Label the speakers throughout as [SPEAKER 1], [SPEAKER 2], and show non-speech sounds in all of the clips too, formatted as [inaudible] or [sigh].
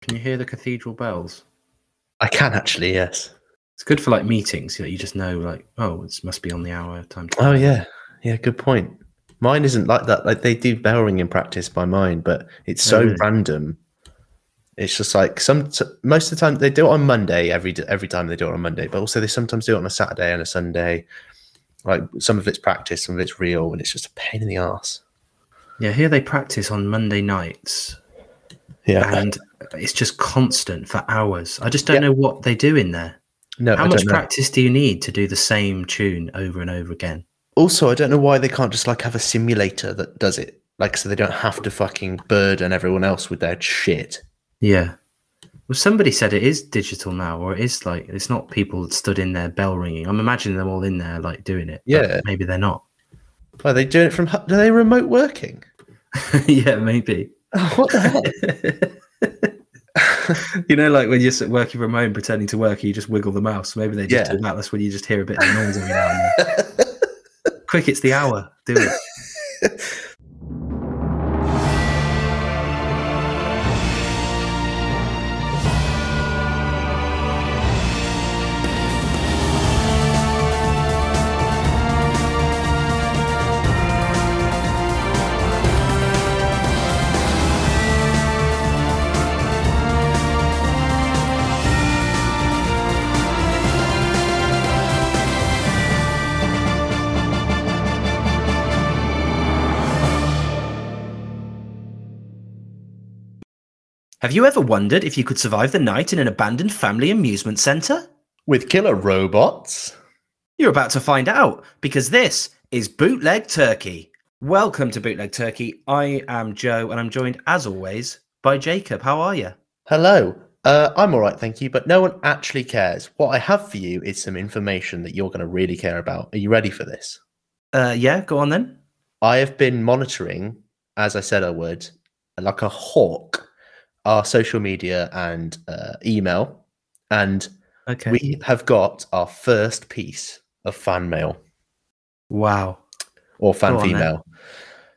[SPEAKER 1] Can you hear the cathedral bells?
[SPEAKER 2] I can actually, yes.
[SPEAKER 1] It's good for like meetings. You, know, you just know, like, oh, it must be on the hour time. to-
[SPEAKER 2] Oh yeah, yeah. Good point. Mine isn't like that. Like they do bell ringing practice by mine, but it's
[SPEAKER 1] Oh,
[SPEAKER 2] so
[SPEAKER 1] really?
[SPEAKER 2] random. It's just like some s- most of the time they do it on Monday every d- every time they do it on Monday, but also they sometimes do it on a Saturday and a Sunday. Like some of it's practice, some of it's real, and it's just a pain in the ass.
[SPEAKER 1] Yeah, here they practice on Monday nights,
[SPEAKER 2] Yeah,
[SPEAKER 1] and it's just constant for hours. I just don't
[SPEAKER 2] Yeah.
[SPEAKER 1] know what they do in there.
[SPEAKER 2] no,
[SPEAKER 1] How
[SPEAKER 2] I
[SPEAKER 1] much
[SPEAKER 2] don't know.
[SPEAKER 1] practice do you need to do the same tune over and over again?
[SPEAKER 2] Also, I don't know why they can't just like have a simulator that does it, like so they don't have to fucking burden everyone else with their shit.
[SPEAKER 1] Yeah. Well, somebody said it is digital now, or it is like it's not people that stood in there bell ringing. I'm imagining them all in there like doing it. but
[SPEAKER 2] Yeah.
[SPEAKER 1] maybe they're not. [laughs]
[SPEAKER 2] Are they doing it from? hu- Are they remote working?
[SPEAKER 1] yeah, maybe. [laughs]
[SPEAKER 2] What the hell?
[SPEAKER 1] you know, like when you're sort of working from home, pretending to work, you just wiggle the mouse. Maybe they just
[SPEAKER 2] Yeah.
[SPEAKER 1] do that. That's when you just hear a bit of noise every now and then. [laughs] Quick, it's the hour. Do it. Have you ever wondered if you could survive the night in an abandoned family amusement centre?
[SPEAKER 2] with killer robots.
[SPEAKER 1] You're about to find out because this is Bootleg Turkey. Welcome to Bootleg Turkey. I am Joe and I'm joined, as always, by Jacob. How are you?
[SPEAKER 2] Hello. Uh, I'm all right, thank you, but no one actually cares. What I have for you is some information that you're going to really care about. Are you ready for this?
[SPEAKER 1] Uh, yeah, go on then.
[SPEAKER 2] I have been monitoring, as I said I would, uh, like a hawk, our social media and uh, email, and
[SPEAKER 1] Okay.
[SPEAKER 2] we have got our first piece of fan mail
[SPEAKER 1] Wow.
[SPEAKER 2] or fan
[SPEAKER 1] Go on then.
[SPEAKER 2] female.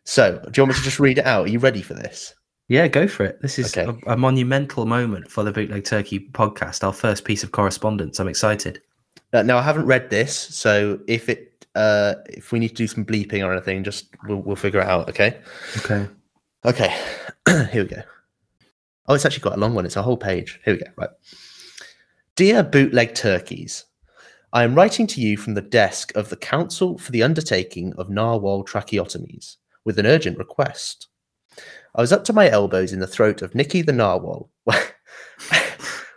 [SPEAKER 2] So, do you want me to just read it out? Are you ready for this?
[SPEAKER 1] Yeah, go for it. This is
[SPEAKER 2] Okay.
[SPEAKER 1] a, a monumental moment for the Bootleg Turkey podcast, our first piece of correspondence. I'm excited.
[SPEAKER 2] Uh, now I haven't read this, so if it uh, if we need to do some bleeping or anything, just we'll, we'll figure it out. Okay.
[SPEAKER 1] Okay.
[SPEAKER 2] Okay. [clears throat] Here we go. Oh, it's actually quite a long one. It's a whole page. Here we go. Right. Dear bootleg turkeys, I am writing to you from the desk of the Council for the Undertaking of Narwhal Tracheotomies with an urgent request. I was up to my elbows in the throat of Nicky the Narwhal [laughs]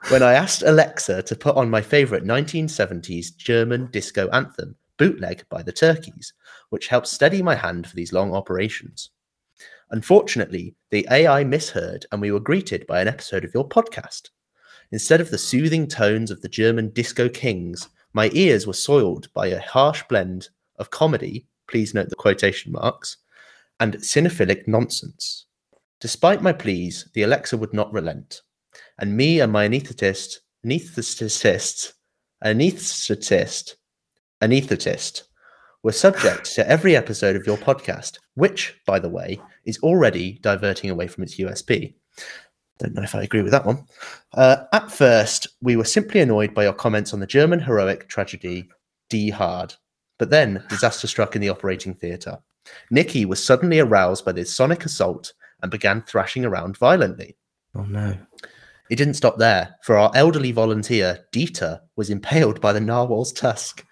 [SPEAKER 2] when I asked Alexa to put on my favorite 1970s German disco anthem, Bootleg by the Turkeys, which helped steady my hand for these long operations. Unfortunately, the AI misheard and we were greeted by an episode of your podcast. Instead of the soothing tones of the German disco kings, my ears were soiled by a harsh blend of comedy, please note the quotation marks, and cinephilic nonsense. Despite my pleas, the Alexa would not relent. And me and my anesthetist, anesthetist, anesthetist, anesthetist, were subject to every episode of your podcast, which, by the way, is already diverting away from its USB. Don't know if I agree with that one. Uh, at first, we were simply annoyed by your comments on the German heroic tragedy Die Hard, but then disaster struck in the operating theatre. Nikki was suddenly aroused by this sonic assault and began thrashing around violently.
[SPEAKER 1] Oh, no.
[SPEAKER 2] It didn't stop there, for our elderly volunteer, Dieter, was impaled by the narwhal's tusk.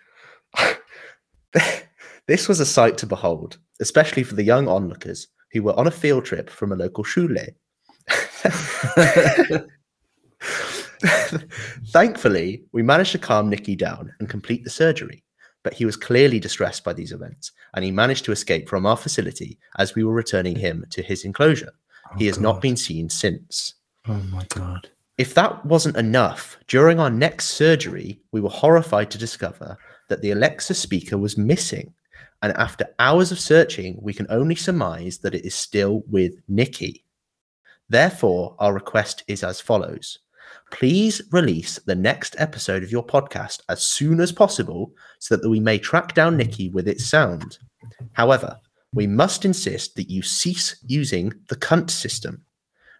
[SPEAKER 2] [laughs] this was a sight to behold, especially for the young onlookers who were on a field trip from a local shule. [laughs] Thankfully, we managed to calm Nicky down and complete the surgery, but he was clearly distressed by these events, and he managed to escape from our facility as we were returning him to his enclosure.
[SPEAKER 1] Oh,
[SPEAKER 2] he has not
[SPEAKER 1] God.
[SPEAKER 2] been seen since.
[SPEAKER 1] Oh, my God.
[SPEAKER 2] If that wasn't enough, during our next surgery, we were horrified to discover that the Alexa speaker was missing. And after hours of searching, we can only surmise that it is still with Nikki. Therefore, our request is as follows Please release the next episode of your podcast as soon as possible so that we may track down Nikki with its sound. However, we must insist that you cease using the cunt system.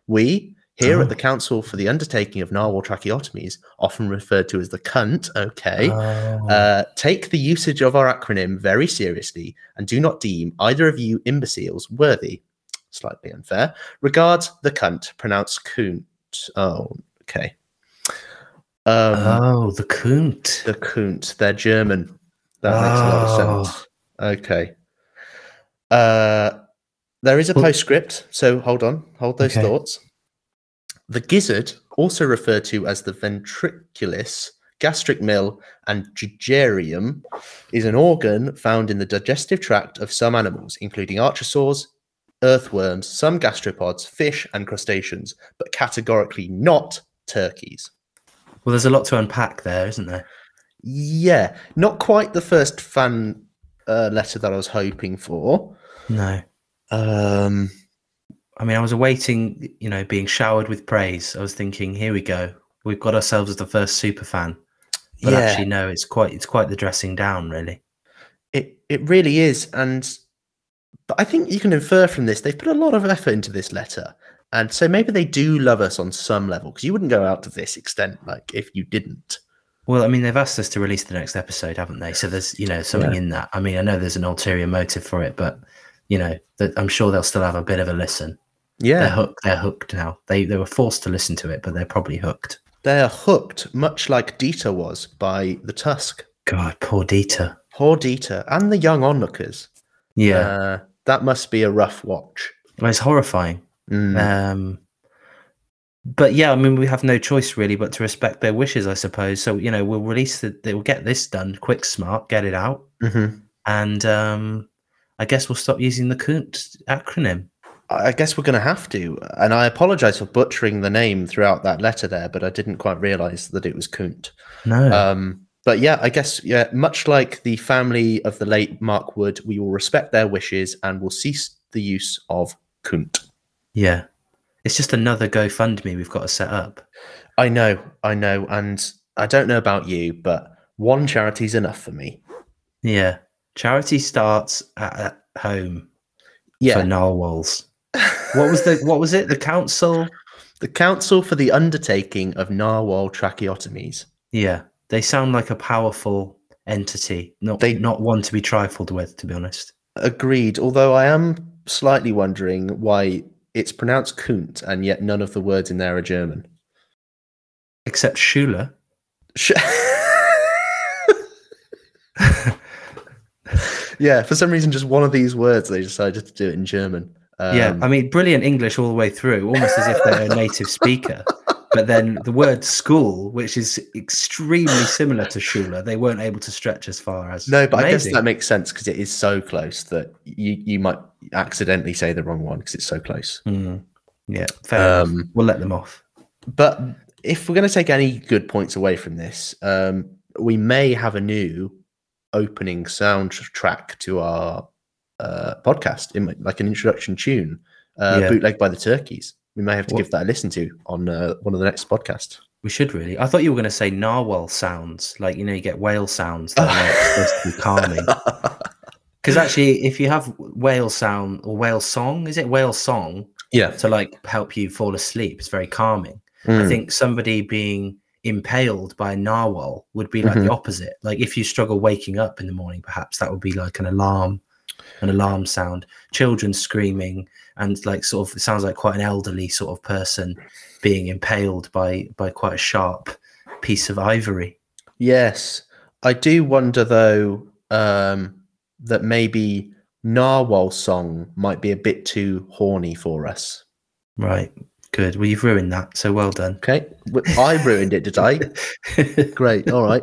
[SPEAKER 2] We, Here
[SPEAKER 1] Oh.
[SPEAKER 2] at the Council for the Undertaking of Narwhal Tracheotomies, often referred to as the cunt, okay,
[SPEAKER 1] Oh. Um,
[SPEAKER 2] uh, take the usage of our acronym very seriously and do not deem either of you imbeciles worthy. Slightly unfair. Regards the cunt, pronounced coont. Oh, okay. Um,
[SPEAKER 1] oh, the coont.
[SPEAKER 2] the Kunt. They're German. That makes a
[SPEAKER 1] Ah.
[SPEAKER 2] lot of sense. Okay. Uh, there is a
[SPEAKER 1] Well-
[SPEAKER 2] postscript, so hold on, hold those
[SPEAKER 1] Okay.
[SPEAKER 2] thoughts. The gizzard, also referred to as the ventriculus, gastric mill, and jugerium, is an organ found in the digestive tract of some animals, including archosaurs, earthworms, some gastropods, fish, and crustaceans, but categorically not turkeys.
[SPEAKER 1] Well, there's a lot to unpack there, isn't there?
[SPEAKER 2] Yeah, not quite the first fan uh, letter that I was hoping for.
[SPEAKER 1] No.
[SPEAKER 2] Um,
[SPEAKER 1] I mean, I was awaiting, you know, being showered with praise. I was thinking, here we go. We've got ourselves the first super fan. But
[SPEAKER 2] yeah,
[SPEAKER 1] actually, no, it's quite it's quite the dressing down, really.
[SPEAKER 2] it it really is, and but I think you can infer from this they've put a lot of effort into this letter, and so maybe they do love us on some level because you wouldn't go out to this extent like if you didn't.
[SPEAKER 1] Well, I mean, they've asked us to release the next episode, haven't they? So there's, you know, something
[SPEAKER 2] Yeah.
[SPEAKER 1] in that. I mean, I know there's an ulterior motive for it, but you know, that I'm sure they'll still have a bit of a listen. They're
[SPEAKER 2] Yeah,
[SPEAKER 1] hooked. They're hooked now. They they were forced to listen to it, but they're probably hooked.
[SPEAKER 2] they are hooked, much like Dieter was by the Tusk.
[SPEAKER 1] God, poor Dieter.
[SPEAKER 2] Poor Dieter and the young onlookers.
[SPEAKER 1] Yeah,
[SPEAKER 2] Uh, that must be a rough watch.
[SPEAKER 1] Well, it's horrifying.
[SPEAKER 2] Mm.
[SPEAKER 1] Um, but yeah, I mean, we have no choice really but to respect their wishes, I suppose. So you know, we'll release the, We'll get this done quick, smart, get it out,
[SPEAKER 2] Mhm.
[SPEAKER 1] and um, I guess we'll stop using the Kunt acronym.
[SPEAKER 2] I I guess we're going to have to. And I apologize for butchering the name throughout that letter there, but I didn't quite realize that it was Kunt.
[SPEAKER 1] No.
[SPEAKER 2] Um, but yeah, I guess, yeah, much like the family of the late Mark Wood, we will respect their wishes and will cease the use of Kunt.
[SPEAKER 1] yeah, it's just another GoFundMe we've got to set up.
[SPEAKER 2] I know, I know. And I don't know about you, but one charity's enough for me.
[SPEAKER 1] Yeah, charity starts at, at home for [laughs]
[SPEAKER 2] Yeah.
[SPEAKER 1] narwhals. What was the what was it? The council.
[SPEAKER 2] the Council for the Undertaking of Narwhal Tracheotomies.
[SPEAKER 1] Yeah, they sound like a powerful entity. Not
[SPEAKER 2] They-
[SPEAKER 1] not one to be trifled with, to be honest.
[SPEAKER 2] Agreed. Although I am slightly wondering why it's pronounced Kunt and yet none of the words in there are German.
[SPEAKER 1] Except Schuler.
[SPEAKER 2] Sh- [laughs] yeah, for some reason, just one of these words they decided to do it in German. Um,
[SPEAKER 1] yeah, I mean, brilliant English all the way through, almost as if they're a native
[SPEAKER 2] [laughs]
[SPEAKER 1] speaker. But then the word school, which is extremely similar to Schuler, they weren't able to stretch as far as.
[SPEAKER 2] no, but I guess
[SPEAKER 1] Amazing.
[SPEAKER 2] that makes sense because it is so close that you you might accidentally say the wrong one because it's so close.
[SPEAKER 1] Mm. yeah, fair. enough.
[SPEAKER 2] Um,
[SPEAKER 1] We'll let them off.
[SPEAKER 2] but if we're going to take any good points away from this, um, we may have a new opening soundtrack to our uh, podcast, in, like an introduction tune, uh,
[SPEAKER 1] Yeah.
[SPEAKER 2] bootleg by the Turkeys. We may have to
[SPEAKER 1] What-
[SPEAKER 2] give that a listen to on uh, one of the next podcasts.
[SPEAKER 1] We should really. I thought you were going to say narwhal sounds, like you know, you get whale sounds that are
[SPEAKER 2] Oh.
[SPEAKER 1] like, supposed to be calming. Because actually, if you have whale sound or whale song, is it whale song
[SPEAKER 2] yeah.
[SPEAKER 1] to like help you fall asleep? It's very calming.
[SPEAKER 2] Hmm.
[SPEAKER 1] I think somebody being impaled by a narwhal would be like the opposite. Like if you struggle waking up in the morning, perhaps that would be like an alarm, an alarm sound. Children screaming and like sort of it sounds like quite an elderly sort of person being impaled by by quite a sharp piece of ivory.
[SPEAKER 2] Yes. I do wonder, though, um, that maybe Narwhal song might be a bit too horny for us.
[SPEAKER 1] Right. Good. Well, you've ruined that. So well
[SPEAKER 2] [laughs]
[SPEAKER 1] done.
[SPEAKER 2] Okay. W- I ruined it, did I? Great. All right.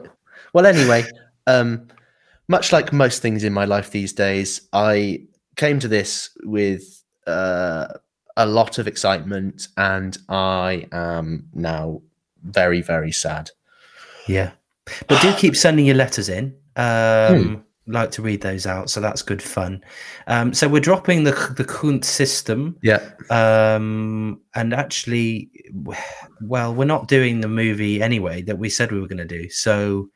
[SPEAKER 2] Well, anyway, um, much like most things in my life these days, I came to this with uh, a lot of excitement, and I am now very, very sad.
[SPEAKER 1] Yeah. But do keep sending your letters in. Um, Like to read those out. So that's good fun. Um, so we're dropping the, the Kunt system.
[SPEAKER 2] Yeah.
[SPEAKER 1] Um, and actually, w- well, we're not doing the movie anyway that we said we were going to do. So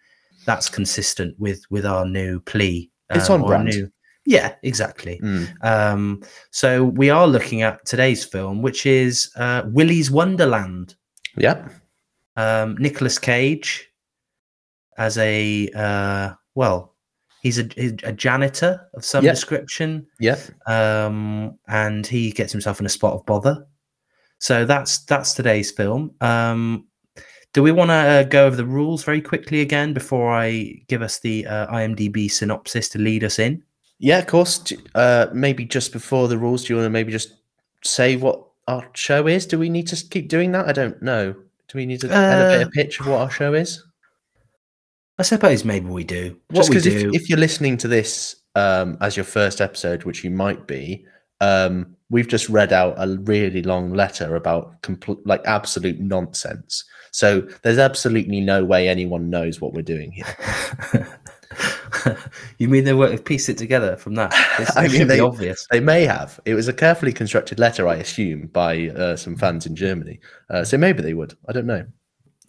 [SPEAKER 1] that's consistent with with our new plea. um,
[SPEAKER 2] It's on
[SPEAKER 1] or our
[SPEAKER 2] brand.
[SPEAKER 1] New, Yeah, exactly.
[SPEAKER 2] Mm.
[SPEAKER 1] Um, so we are looking at today's film, which is uh, Willy's Wonderland.
[SPEAKER 2] Yeah.
[SPEAKER 1] Um, Nicholas Cage as a uh, well, he's a, a janitor of some
[SPEAKER 2] Yeah.
[SPEAKER 1] description,
[SPEAKER 2] Yeah.
[SPEAKER 1] um, and he gets himself in a spot of bother. So that's that's today's film. Um, do we want to uh, go over the rules very quickly again before I give us the uh, IMDb synopsis to lead us in?
[SPEAKER 2] Yeah, of course. Do- Uh, maybe just before the rules, do you want to maybe just say what our show is? Do we need to s- keep doing that? I don't know. Do we need to elevate
[SPEAKER 1] Uh,
[SPEAKER 2] a pitch of what our show is?
[SPEAKER 1] I suppose maybe we do. What
[SPEAKER 2] Just
[SPEAKER 1] we
[SPEAKER 2] because
[SPEAKER 1] do.
[SPEAKER 2] if, if you're listening to this um, as your first episode, which you might be, um, we've just read out a really long letter about complete, like absolute nonsense. So there's absolutely no way anyone knows what we're doing here.
[SPEAKER 1] [laughs] you mean they won't have pieced it together from
[SPEAKER 2] [laughs]
[SPEAKER 1] that? It's,
[SPEAKER 2] I
[SPEAKER 1] it
[SPEAKER 2] mean,
[SPEAKER 1] should
[SPEAKER 2] they-
[SPEAKER 1] be obvious.
[SPEAKER 2] They may have. It was a carefully constructed letter, I assume, by uh, some fans in Germany. Uh, so maybe they would. I don't know.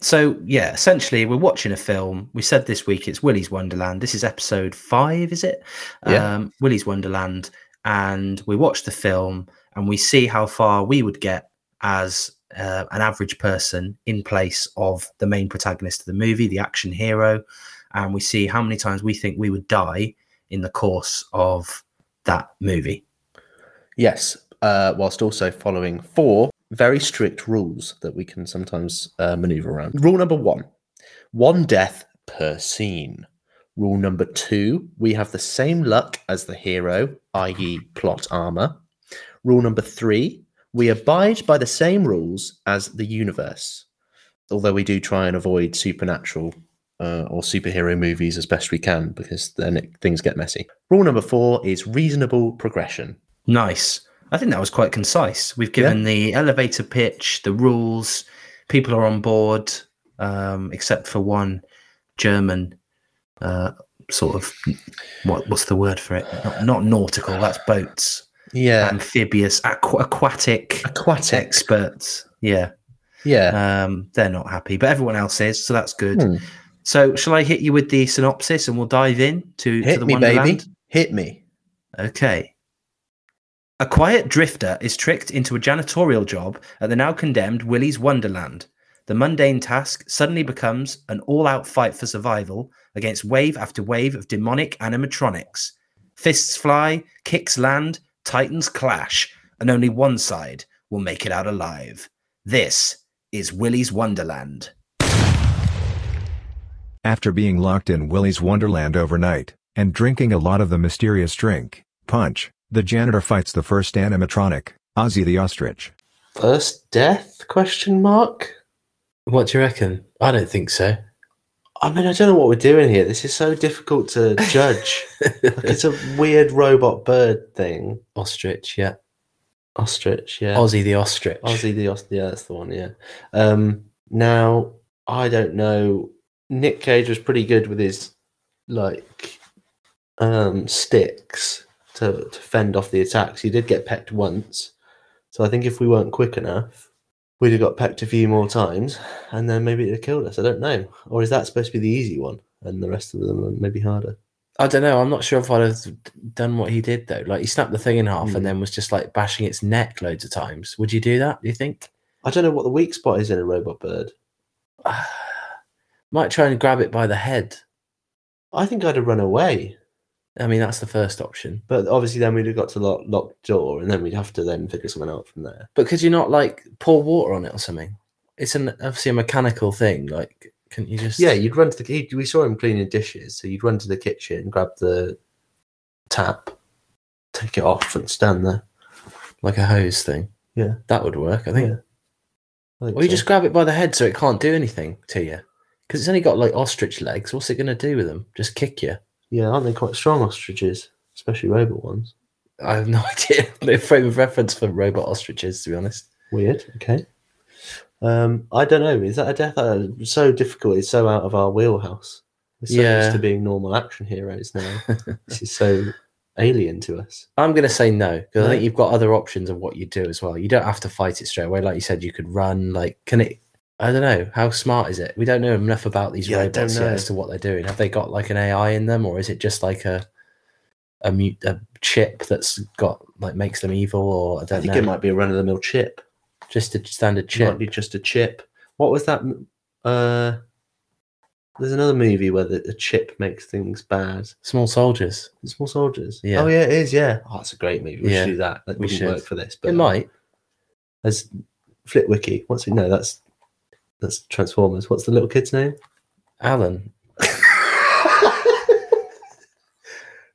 [SPEAKER 1] So yeah, essentially, we're watching a film. We said this week it's Willy's Wonderland. This is episode five, is it?
[SPEAKER 2] Yeah.
[SPEAKER 1] Um, Willy's Wonderland, and we watch the film and we see how far we would get as uh, an average person in place of the main protagonist of the movie, the action hero, and we see how many times we think we would die in the course of that movie.
[SPEAKER 2] Yes, uh, whilst also following four very strict rules that we can sometimes uh, maneuver around. Rule number one one death per scene. Rule number two we have the same luck as the hero, i.e., plot armor. Rule number three we abide by the same rules as the universe, although we do try and avoid supernatural. Uh, or superhero movies as best we can because then it, things get messy. Rule number four is reasonable progression.
[SPEAKER 1] Nice. I think that was quite concise. We've given the elevator pitch, the rules, people are on board, um, except for one German uh, sort of what what's the word for it? Not, not nautical. That's boats,
[SPEAKER 2] Yeah.
[SPEAKER 1] amphibious, aqu- aquatic
[SPEAKER 2] Aquatic.
[SPEAKER 1] experts. Yeah,
[SPEAKER 2] Yeah.
[SPEAKER 1] um, they're not happy, but everyone else is, so that's good.
[SPEAKER 2] Hmm.
[SPEAKER 1] So, shall I hit you with the synopsis and we'll dive in to, to
[SPEAKER 2] Hit
[SPEAKER 1] the
[SPEAKER 2] me,
[SPEAKER 1] Wonderland?
[SPEAKER 2] baby. Hit me.
[SPEAKER 1] Okay. A quiet drifter is tricked into a janitorial job at the now condemned Willy's Wonderland. The mundane task suddenly becomes an all out fight for survival against wave after wave of demonic animatronics. Fists fly, kicks land, titans clash, and only one side will make it out alive. This is Willy's Wonderland.
[SPEAKER 3] After being locked in Willy's Wonderland overnight, and drinking a lot of the mysterious drink, Punch, the janitor fights the first animatronic, Ozzy the ostrich.
[SPEAKER 2] First death? Question mark.
[SPEAKER 4] What do you reckon? I don't think so.
[SPEAKER 2] I mean, I don't know what we're doing here. This is so difficult to [laughs]
[SPEAKER 4] [laughs]
[SPEAKER 2] judge. like, it's a weird robot bird thing.
[SPEAKER 4] ostrich, yeah.
[SPEAKER 2] Ostrich. Yeah.
[SPEAKER 4] Aussie the ostrich.
[SPEAKER 2] Ozzy the ostrich. Yeah, that's the one. Yeah. Um. Now I don't know. Nick Cage was pretty good with his like um sticks to, to fend off the attacks. He did get pecked once, so I think if we weren't quick enough, we'd have got pecked a few more times, and then maybe it'd have killed us. I don't know. Or is that supposed to be the easy one, and the rest of them are maybe harder?
[SPEAKER 4] I don't know. I'm not sure if I'd have done what he did though. Like he snapped the thing in half
[SPEAKER 2] Hmm.
[SPEAKER 4] and then was just like bashing its neck loads of times. Would you do that? Do you think? [sighs]
[SPEAKER 2] I don't know what the weak spot is in a robot bird.
[SPEAKER 4] Might try and grab it by the head.
[SPEAKER 2] I think I'd have run away.
[SPEAKER 4] I mean, that's the first option.
[SPEAKER 2] But obviously, then we'd have got to lock, lock door, and then we'd have to then figure something out from there.
[SPEAKER 4] But could you not like pour water on it or something? It's an obviously a mechanical thing. Like, couldn't you just?
[SPEAKER 2] Yeah, you'd run to the. He, we saw him cleaning dishes, so you'd run to the kitchen, grab the tap, take it off, and stand there.
[SPEAKER 4] like a hose thing.
[SPEAKER 2] Yeah.
[SPEAKER 4] that would work. I think.
[SPEAKER 2] Yeah. I think
[SPEAKER 4] Or you
[SPEAKER 2] so.
[SPEAKER 4] just grab it by the head so it can't do anything to you. Because it's only got like ostrich legs. What's it going to do with them? Just kick you?
[SPEAKER 2] yeah, aren't they quite strong ostriches, especially robot ones?
[SPEAKER 4] I have no [laughs] idea. No frame of reference for robot ostriches, to be honest.
[SPEAKER 2] Weird. Okay. Um, I don't know. Is that a death? Uh, so difficult. It's so out of our wheelhouse. We're so used
[SPEAKER 4] Yeah.
[SPEAKER 2] to being normal action heroes
[SPEAKER 4] [laughs]
[SPEAKER 2] now. this is so alien to us.
[SPEAKER 4] I'm going to say no because
[SPEAKER 2] No?
[SPEAKER 4] I think you've got other options of what you do as well. You don't have to fight it straight away. Like you said, you could run. Like, can it? I don't know. How smart is it? We don't know enough about these
[SPEAKER 2] Yeah, I don't
[SPEAKER 4] robots yet
[SPEAKER 2] know.
[SPEAKER 4] as to what they're doing. Have they got like an AI in them or is it just like a a, mu- a chip that's got like makes them evil, or I don't
[SPEAKER 5] I think
[SPEAKER 4] know,
[SPEAKER 5] it might be a run of the mill chip.
[SPEAKER 4] just a standard
[SPEAKER 5] It
[SPEAKER 4] chip.
[SPEAKER 5] Might be just a chip. What was that? m- Uh, there's another movie where the, the chip makes things bad.
[SPEAKER 4] Small soldiers.
[SPEAKER 5] It's more soldiers.
[SPEAKER 4] Yeah.
[SPEAKER 5] Oh yeah, it is. Yeah. Oh, that's a great movie. We
[SPEAKER 4] Yeah.
[SPEAKER 5] should do that. That
[SPEAKER 4] We
[SPEAKER 5] wouldn't
[SPEAKER 4] should.
[SPEAKER 5] work for this, but
[SPEAKER 4] It might.
[SPEAKER 5] There's Flitwicky. What's it? No, that's that's Transformers. What's the little
[SPEAKER 4] [laughs]
[SPEAKER 5] kid's name?
[SPEAKER 4] Alan.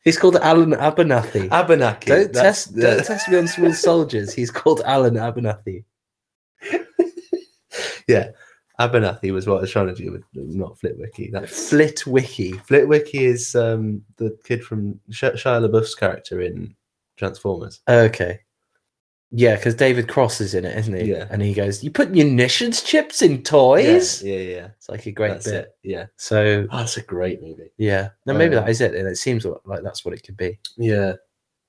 [SPEAKER 4] He's called Alan Abernathy.
[SPEAKER 5] [laughs] Abenaki.
[SPEAKER 4] Don't
[SPEAKER 5] That's-
[SPEAKER 4] test, don't test me on small soldiers. He's called Alan Abernathy.
[SPEAKER 5] yeah, Abernathy was what I was trying to do with not Flitwicky. That's
[SPEAKER 4] Flitwicky.
[SPEAKER 5] Flitwicky is um, the kid from Sh- Shia LaBeouf's character in Transformers.
[SPEAKER 4] Okay. Yeah, because David Cross is in it, isn't he?
[SPEAKER 5] Yeah.
[SPEAKER 4] And he goes, "You put munitions chips in toys."
[SPEAKER 5] Yeah, yeah, yeah.
[SPEAKER 4] It's like a Oh, great
[SPEAKER 5] that's
[SPEAKER 4] bit.
[SPEAKER 5] it. Yeah,
[SPEAKER 4] So
[SPEAKER 5] oh, that's a great movie.
[SPEAKER 4] yeah, no, maybe
[SPEAKER 5] Um,
[SPEAKER 4] that is it, and it seems like that's what it could be.
[SPEAKER 5] Yeah,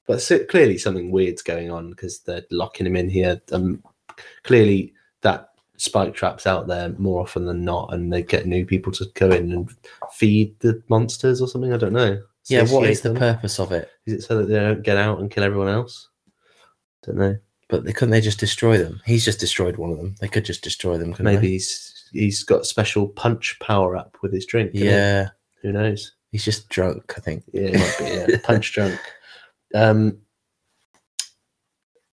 [SPEAKER 5] but so, clearly something weird's going on because they're locking him in here. Um, clearly that spike trap's out there more often than not, and they get new people to go in and feed the monsters or something. I don't know.
[SPEAKER 4] Yeah, what
[SPEAKER 5] Satiate
[SPEAKER 4] is the
[SPEAKER 5] them?
[SPEAKER 4] purpose of it?
[SPEAKER 5] Is it so that they don't get out and kill everyone else? Don't know.
[SPEAKER 4] But they, couldn't they just destroy them? He's just destroyed one of them. They could just destroy them, couldn't
[SPEAKER 5] Maybe
[SPEAKER 4] they?
[SPEAKER 5] he's he's got special punch power up with his drink. hasn't he?
[SPEAKER 4] Yeah,
[SPEAKER 5] who knows?
[SPEAKER 4] he's just drunk. I think.
[SPEAKER 5] Yeah, it might be. Yeah, punch drunk. Um,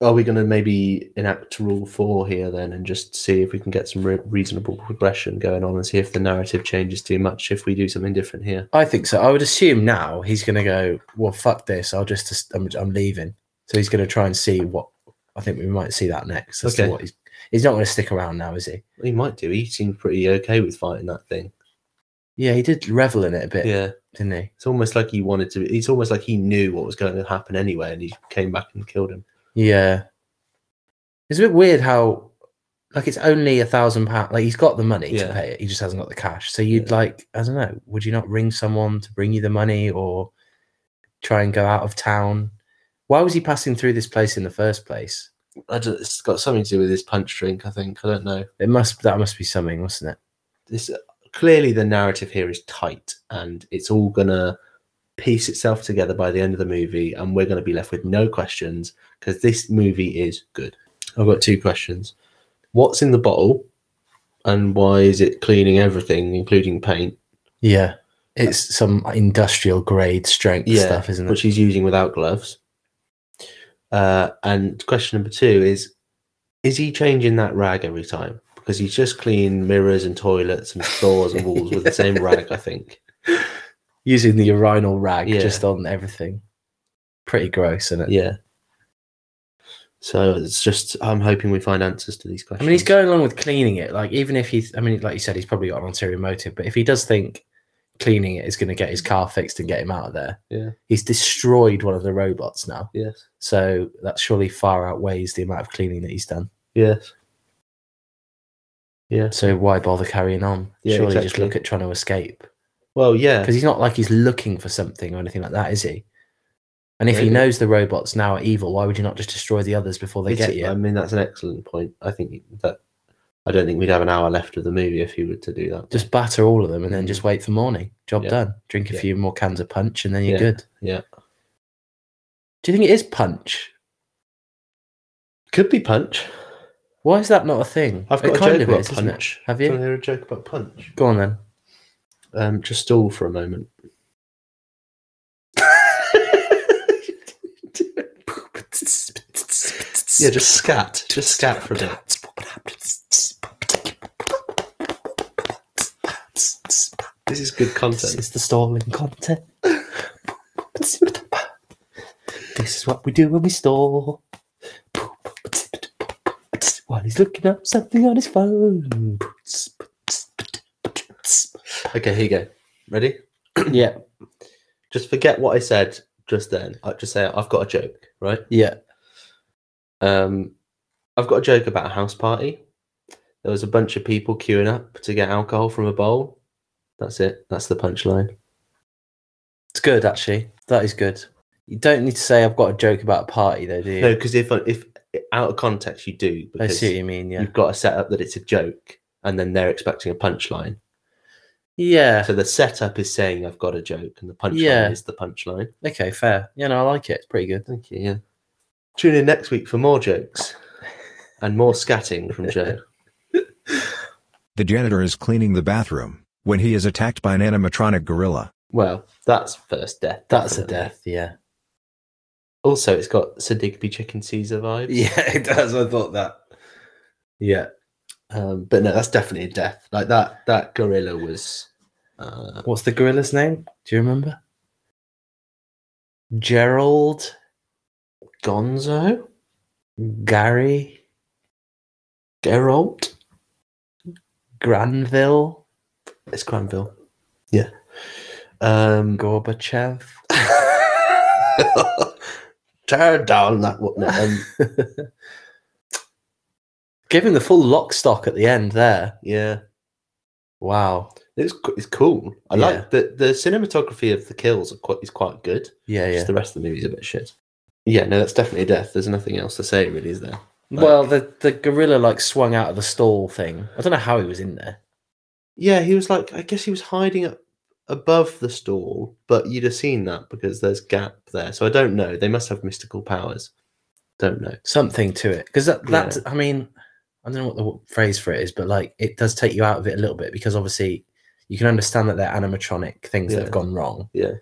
[SPEAKER 5] are we going to maybe enact rule four here then, and just see if we can get some re- reasonable progression going on, and see if the narrative changes too much if we do something different here?
[SPEAKER 4] I think so. I would assume now he's going to go. Well, fuck this. I'll just. I'm, I'm leaving. So he's going to try and see what. I think we might see that next. As to
[SPEAKER 5] Okay.
[SPEAKER 4] what he's, he's not going to stick around now, is he?
[SPEAKER 5] He might do. He seemed pretty okay with fighting that thing.
[SPEAKER 4] Yeah, he did revel in it a bit,
[SPEAKER 5] Yeah,
[SPEAKER 4] didn't he?
[SPEAKER 5] it's almost like he wanted to. It's almost like he knew what was going to happen anyway, and he came back and killed him.
[SPEAKER 4] Yeah. It's a bit weird how, like, it's only a thousand pounds. Like, he's got the money to
[SPEAKER 5] Yeah.
[SPEAKER 4] pay it. He just hasn't got the cash. So you'd
[SPEAKER 5] Yeah.
[SPEAKER 4] like, I don't know, would you not ring someone to bring you the money or try and go out of town? Why was he passing through this place in the first place?
[SPEAKER 5] I don't, it's got something to do with his punch drink, I think. I don't know.
[SPEAKER 4] It must that must be something, mustn't it?
[SPEAKER 5] this clearly the narrative here is tight and it's all gonna piece itself together by the end of the movie and we're gonna be left with no questions because this movie is good i've got two questions what's in the bottle and why is it cleaning everything including paint
[SPEAKER 4] Yeah. It's some industrial grade strength
[SPEAKER 5] Yeah,
[SPEAKER 4] stuff, isn't
[SPEAKER 5] which
[SPEAKER 4] it?
[SPEAKER 5] he's using without gloves uh, and question number two is is he changing that rag every time because he's just cleaned mirrors and toilets and floors and walls with the same rag i think
[SPEAKER 4] Using the urinal rag
[SPEAKER 5] Yeah.
[SPEAKER 4] just on everything. Pretty gross, isn't it?
[SPEAKER 5] Yeah. So it's just I'm hoping we find answers to these
[SPEAKER 4] I
[SPEAKER 5] questions.
[SPEAKER 4] mean, he's going along with cleaning it. Like, even if he, I mean, like you said, he's probably got an ulterior motive. But if he does think cleaning it is going to get his car fixed and get him out of there,
[SPEAKER 5] Yeah.
[SPEAKER 4] he's destroyed one of the robots now.
[SPEAKER 5] Yes.
[SPEAKER 4] So that surely far outweighs the amount of cleaning that he's done.
[SPEAKER 5] Yes. Yes.
[SPEAKER 4] So why bother carrying on?
[SPEAKER 5] Yeah,
[SPEAKER 4] surely just
[SPEAKER 5] exactly.
[SPEAKER 4] look at trying to escape
[SPEAKER 5] Well, yeah.
[SPEAKER 4] because he's not like he's looking for something or anything like that, is he? And if he
[SPEAKER 5] Maybe.
[SPEAKER 4] knows the robots now are evil, why would you not just destroy the others before they
[SPEAKER 5] It's-
[SPEAKER 4] get you?
[SPEAKER 5] I mean, that's an excellent point. I think that I don't think we'd have an hour left of the movie if he were to do that.
[SPEAKER 4] just batter all of them and then just wait for morning. Job
[SPEAKER 5] Mm. Yeah.
[SPEAKER 4] done. Drink a
[SPEAKER 5] Yeah.
[SPEAKER 4] few more cans of punch and then you're
[SPEAKER 5] Yeah.
[SPEAKER 4] good.
[SPEAKER 5] Yeah.
[SPEAKER 4] Do you think it is punch?
[SPEAKER 5] could be punch.
[SPEAKER 4] Why is that not a thing?
[SPEAKER 5] I've
[SPEAKER 4] It
[SPEAKER 5] got a
[SPEAKER 4] kind
[SPEAKER 5] joke
[SPEAKER 4] of
[SPEAKER 5] about
[SPEAKER 4] is, isn't it?
[SPEAKER 5] punch.
[SPEAKER 4] Have
[SPEAKER 5] Do you want
[SPEAKER 4] you?
[SPEAKER 5] to hear a joke about punch?
[SPEAKER 4] Go on then.
[SPEAKER 5] Um, just stall for a moment. Yeah, just scat. Just scat for a bit. This is good
[SPEAKER 4] This
[SPEAKER 5] content.
[SPEAKER 4] is the stalling content. This is what we do when we stall. While he's looking up something on his phone.
[SPEAKER 5] Okay, here you go. Ready?
[SPEAKER 4] Yeah,
[SPEAKER 5] Just forget what I said just then. I just say I've got a joke, right?
[SPEAKER 4] yeah.
[SPEAKER 5] Um, I've got a joke about a house party. There was a bunch of people queuing up to get alcohol from a bowl. That's it. That's the punchline.
[SPEAKER 4] It's good, actually. That is good. You don't need to say I've got a joke about a party, though, do you?
[SPEAKER 5] No, because if
[SPEAKER 2] uh,
[SPEAKER 5] if out of context you do,
[SPEAKER 4] I
[SPEAKER 5] because
[SPEAKER 4] see what you mean, yeah.
[SPEAKER 5] you've got to set up that it's a joke, and then they're expecting a punchline.
[SPEAKER 4] Yeah.
[SPEAKER 2] So the setup is saying I've got a joke, and the punchline
[SPEAKER 4] Yeah.
[SPEAKER 2] is the punchline.
[SPEAKER 4] Okay, fair. Yeah, no, I like it. It's pretty good.
[SPEAKER 2] Thank you. Yeah. Tune in next week for more
[SPEAKER 4] [laughs]
[SPEAKER 2] jokes and more scatting from Joe.
[SPEAKER 3] The janitor is cleaning the bathroom when he is attacked by an animatronic gorilla.
[SPEAKER 2] well, that's first death.
[SPEAKER 4] That's a
[SPEAKER 2] definitely.
[SPEAKER 4] death, yeah.
[SPEAKER 2] Also, it's got Sadigby Chicken Caesar vibes.
[SPEAKER 4] Yeah, it does. I thought that. Yeah.
[SPEAKER 2] Um, but no, that's definitely a death. Like that. That gorilla was. Uh,
[SPEAKER 4] What's the gorilla's name? Do you remember? Gerald,
[SPEAKER 2] Gonzo,
[SPEAKER 4] Gary,
[SPEAKER 2] Geralt.
[SPEAKER 4] Granville,
[SPEAKER 2] It's Granville. Yeah. Um, [laughs]
[SPEAKER 4] Gorbachev.
[SPEAKER 2] tear down that one. No, Um,
[SPEAKER 4] Give him the full lock stock at the end there.
[SPEAKER 2] yeah,
[SPEAKER 4] Wow.
[SPEAKER 2] it's co- it's cool. I
[SPEAKER 4] Yeah.
[SPEAKER 2] like the the cinematography of the kills are quite, is quite good.
[SPEAKER 4] Yeah, yeah.
[SPEAKER 2] Just the rest of the movie's a bit shit. Yeah, no, that's definitely death. There's nothing else to say, really, is there? like-
[SPEAKER 4] well, the, the gorilla like swung out of the stall thing. I don't know how he was in there.
[SPEAKER 2] Yeah, he was like, I guess he was hiding up above the stall, but you'd have seen that because there's gap there. So I don't know. They must have mystical powers. Don't know.
[SPEAKER 4] Something to it. Because that, that
[SPEAKER 2] Yeah.
[SPEAKER 4] I mean, I don't know what the w- phrase for it is, but like it does take you out of it a little bit because obviously you can understand that they're animatronic things that
[SPEAKER 2] Yeah.
[SPEAKER 4] have gone wrong.
[SPEAKER 2] Yeah.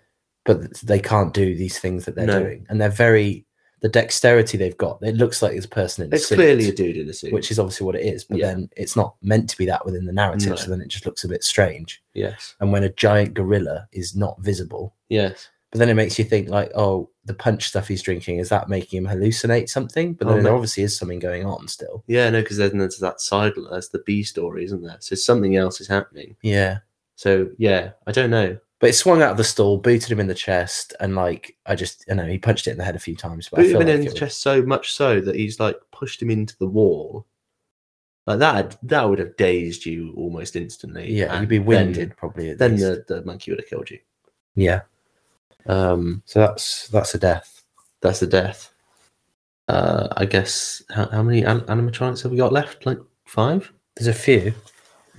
[SPEAKER 4] But th- they can't do these things that they're
[SPEAKER 2] No.
[SPEAKER 4] doing. And they're very, the dexterity they've got, it looks like this person in a
[SPEAKER 2] It's
[SPEAKER 4] suit.
[SPEAKER 2] clearly a dude in a suit.
[SPEAKER 4] which is obviously what it is, but
[SPEAKER 2] Yeah.
[SPEAKER 4] then it's not meant to be that within the narrative,
[SPEAKER 2] No.
[SPEAKER 4] so then it just looks a bit strange.
[SPEAKER 2] yes,
[SPEAKER 4] And when a giant gorilla is not visible,
[SPEAKER 2] yes.
[SPEAKER 4] but then it makes you think like, oh, the punch stuff he's drinking is that making him hallucinate something? But
[SPEAKER 2] Oh,
[SPEAKER 4] then there
[SPEAKER 2] no.
[SPEAKER 4] obviously is something going on still.
[SPEAKER 2] Yeah, no, because then there's that side. That's the B story, isn't there? So something else is happening.
[SPEAKER 4] Yeah,
[SPEAKER 2] So yeah, I don't know.
[SPEAKER 4] but it swung out of the stall, booted him in the chest, and like I just, I know he punched it in the head a few times. But
[SPEAKER 2] But
[SPEAKER 4] I
[SPEAKER 2] he's
[SPEAKER 4] feel
[SPEAKER 2] been
[SPEAKER 4] like
[SPEAKER 2] in
[SPEAKER 4] it
[SPEAKER 2] his
[SPEAKER 4] was-
[SPEAKER 2] chest so much so that he's like pushed him into the wall. Like that, that would have dazed you almost instantly.
[SPEAKER 4] Yeah,
[SPEAKER 2] and
[SPEAKER 4] you'd be
[SPEAKER 2] then-
[SPEAKER 4] winded probably. At
[SPEAKER 2] Then,
[SPEAKER 4] least.
[SPEAKER 2] the, the monkey would have killed you.
[SPEAKER 4] yeah,
[SPEAKER 2] Um,
[SPEAKER 4] so that's that's a death.
[SPEAKER 2] that's the death. Uh, I guess how, how many an- animatronics have we got left? Like five?
[SPEAKER 4] There's a few.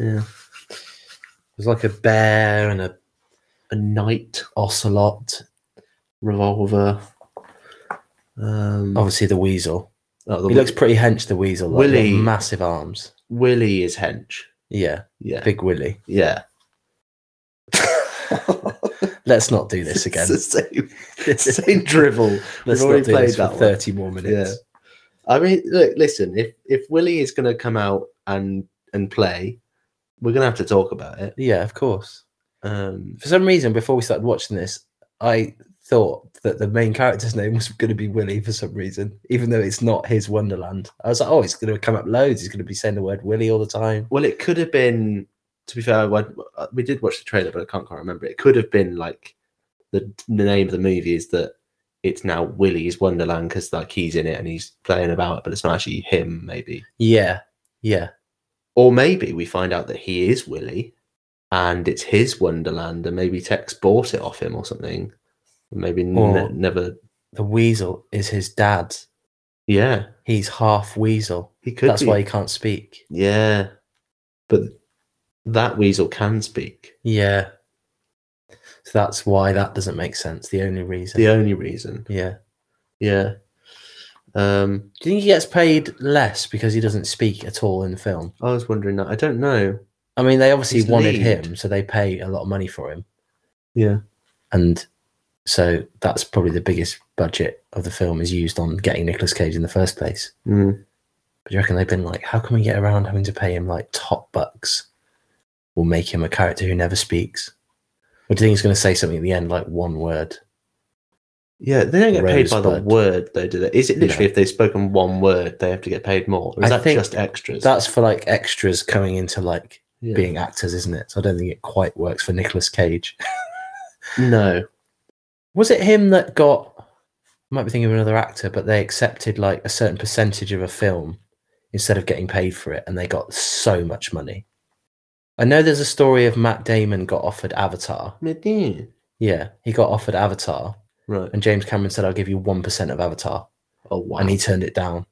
[SPEAKER 2] Yeah.
[SPEAKER 4] There's like a bear and a
[SPEAKER 2] A knight
[SPEAKER 4] ocelot.
[SPEAKER 2] revolver. Um,
[SPEAKER 4] Obviously the weasel.
[SPEAKER 2] oh, the
[SPEAKER 4] he looks pretty hench, the weasel. Like,
[SPEAKER 2] Willy.
[SPEAKER 4] he's got massive arms.
[SPEAKER 2] Willy is hench.
[SPEAKER 4] Yeah,
[SPEAKER 2] Yeah,
[SPEAKER 4] big Willy.
[SPEAKER 2] [laughs] yeah.
[SPEAKER 4] Let's not do this again.
[SPEAKER 2] [laughs]
[SPEAKER 4] [laughs]
[SPEAKER 2] It's the same, same drivel.
[SPEAKER 4] Let's
[SPEAKER 2] already
[SPEAKER 4] not do
[SPEAKER 2] played
[SPEAKER 4] this for
[SPEAKER 2] that one.
[SPEAKER 4] thirty more minutes.
[SPEAKER 2] I mean, look, listen. If if Willy is going to come out and and play, we're going to have to talk about it.
[SPEAKER 4] Yeah. of course.
[SPEAKER 2] Um,
[SPEAKER 4] For some reason, before we started watching this, I thought that the main character's [laughs] name was going to be Willy for some reason, even though it's not his Wonderland. I was like, oh, it's going to come up loads. He's going to be saying the word Willy all the time.
[SPEAKER 2] Well, it could have been. To be fair, when- we did watch the trailer, but I can't quite remember. It could have been like the, the name of the movie is that it's now Willy's Wonderland because like he's in it and he's playing about it, but it's not actually him. Maybe,
[SPEAKER 4] Yeah, yeah,
[SPEAKER 2] or maybe we find out that he is Willy and it's his Wonderland, and maybe Tex bought it off him or something. Maybe ne-
[SPEAKER 4] Or-
[SPEAKER 2] never.
[SPEAKER 4] the weasel is his dad.
[SPEAKER 2] Yeah,
[SPEAKER 4] He's half weasel.
[SPEAKER 2] he could.
[SPEAKER 4] That's
[SPEAKER 2] be.
[SPEAKER 4] why he can't speak.
[SPEAKER 2] Yeah, but that weasel can speak.
[SPEAKER 4] Yeah. So that's why that doesn't make sense. The only reason.
[SPEAKER 2] The only reason.
[SPEAKER 4] yeah.
[SPEAKER 2] Yeah. Um,
[SPEAKER 4] Do you think he gets paid less because he doesn't speak at all in the film?
[SPEAKER 2] I was wondering that. I don't know.
[SPEAKER 4] I mean, they obviously
[SPEAKER 2] He's
[SPEAKER 4] wanted
[SPEAKER 2] lead.
[SPEAKER 4] him, so they pay a lot of money for him.
[SPEAKER 2] Yeah.
[SPEAKER 4] And so that's probably the biggest budget of the film is used on getting Nicolas Cage in the first place.
[SPEAKER 2] Mm.
[SPEAKER 4] But do you reckon they've been like, how can we get around having to pay him like top bucks? We'll make him a character who never speaks. Or do you think he's going to say something at the end, like one word?
[SPEAKER 2] Yeah, they don't get paid by the
[SPEAKER 4] Rosebud.
[SPEAKER 2] word, though, do they? Is it literally
[SPEAKER 4] No.
[SPEAKER 2] if they've spoken one word, they have to get paid more? Or is
[SPEAKER 4] I
[SPEAKER 2] that
[SPEAKER 4] think
[SPEAKER 2] just extras?
[SPEAKER 4] That's for like extras coming into like
[SPEAKER 2] Yeah.
[SPEAKER 4] being actors, isn't it? So I don't think it quite works for Nicolas Cage.
[SPEAKER 2] No.
[SPEAKER 4] Was it him that got? I might be thinking of another actor, but they accepted like a certain percentage of a film instead of getting paid for it, and they got so much money. I know there's a story of Matt Damon got offered Avatar.
[SPEAKER 2] Maybe.
[SPEAKER 4] Yeah, he got offered Avatar,
[SPEAKER 2] Right.
[SPEAKER 4] and James Cameron said, "I'll give you one percent of Avatar,"
[SPEAKER 2] Oh, wow.
[SPEAKER 4] and he turned it down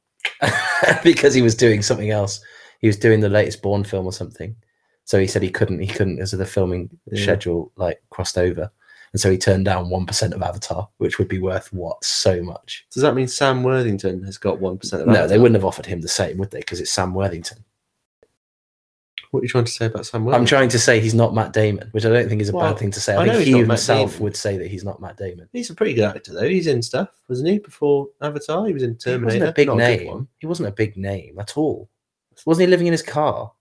[SPEAKER 4] [laughs] because he was doing something else. He was doing the latest Bourne film or something. So he said he couldn't, he couldn't, because of the filming
[SPEAKER 5] Yeah.
[SPEAKER 4] schedule, like crossed over. And so he turned down 1% of Avatar, which would be worth what? So much.
[SPEAKER 5] Does that mean Sam Worthington has got one percent?
[SPEAKER 4] No, they wouldn't have offered him the same, would they? Because it's Sam Worthington.
[SPEAKER 5] What are you trying to say about Sam
[SPEAKER 4] I'm
[SPEAKER 5] Worthington?
[SPEAKER 4] trying to say he's not Matt Damon, which I don't think is a
[SPEAKER 5] Well,
[SPEAKER 4] bad thing to say.
[SPEAKER 5] I
[SPEAKER 4] I,
[SPEAKER 5] know
[SPEAKER 4] think
[SPEAKER 5] he's
[SPEAKER 4] he
[SPEAKER 5] not Matt
[SPEAKER 4] himself
[SPEAKER 5] Damon.
[SPEAKER 4] would say that he's not Matt Damon.
[SPEAKER 5] He's a pretty good actor though. He's in stuff, wasn't he? Before Avatar, he was in Terminator.
[SPEAKER 4] He wasn't a big
[SPEAKER 5] Not good
[SPEAKER 4] name.
[SPEAKER 5] one.
[SPEAKER 4] he wasn't a big name at all. Wasn't he living in his car?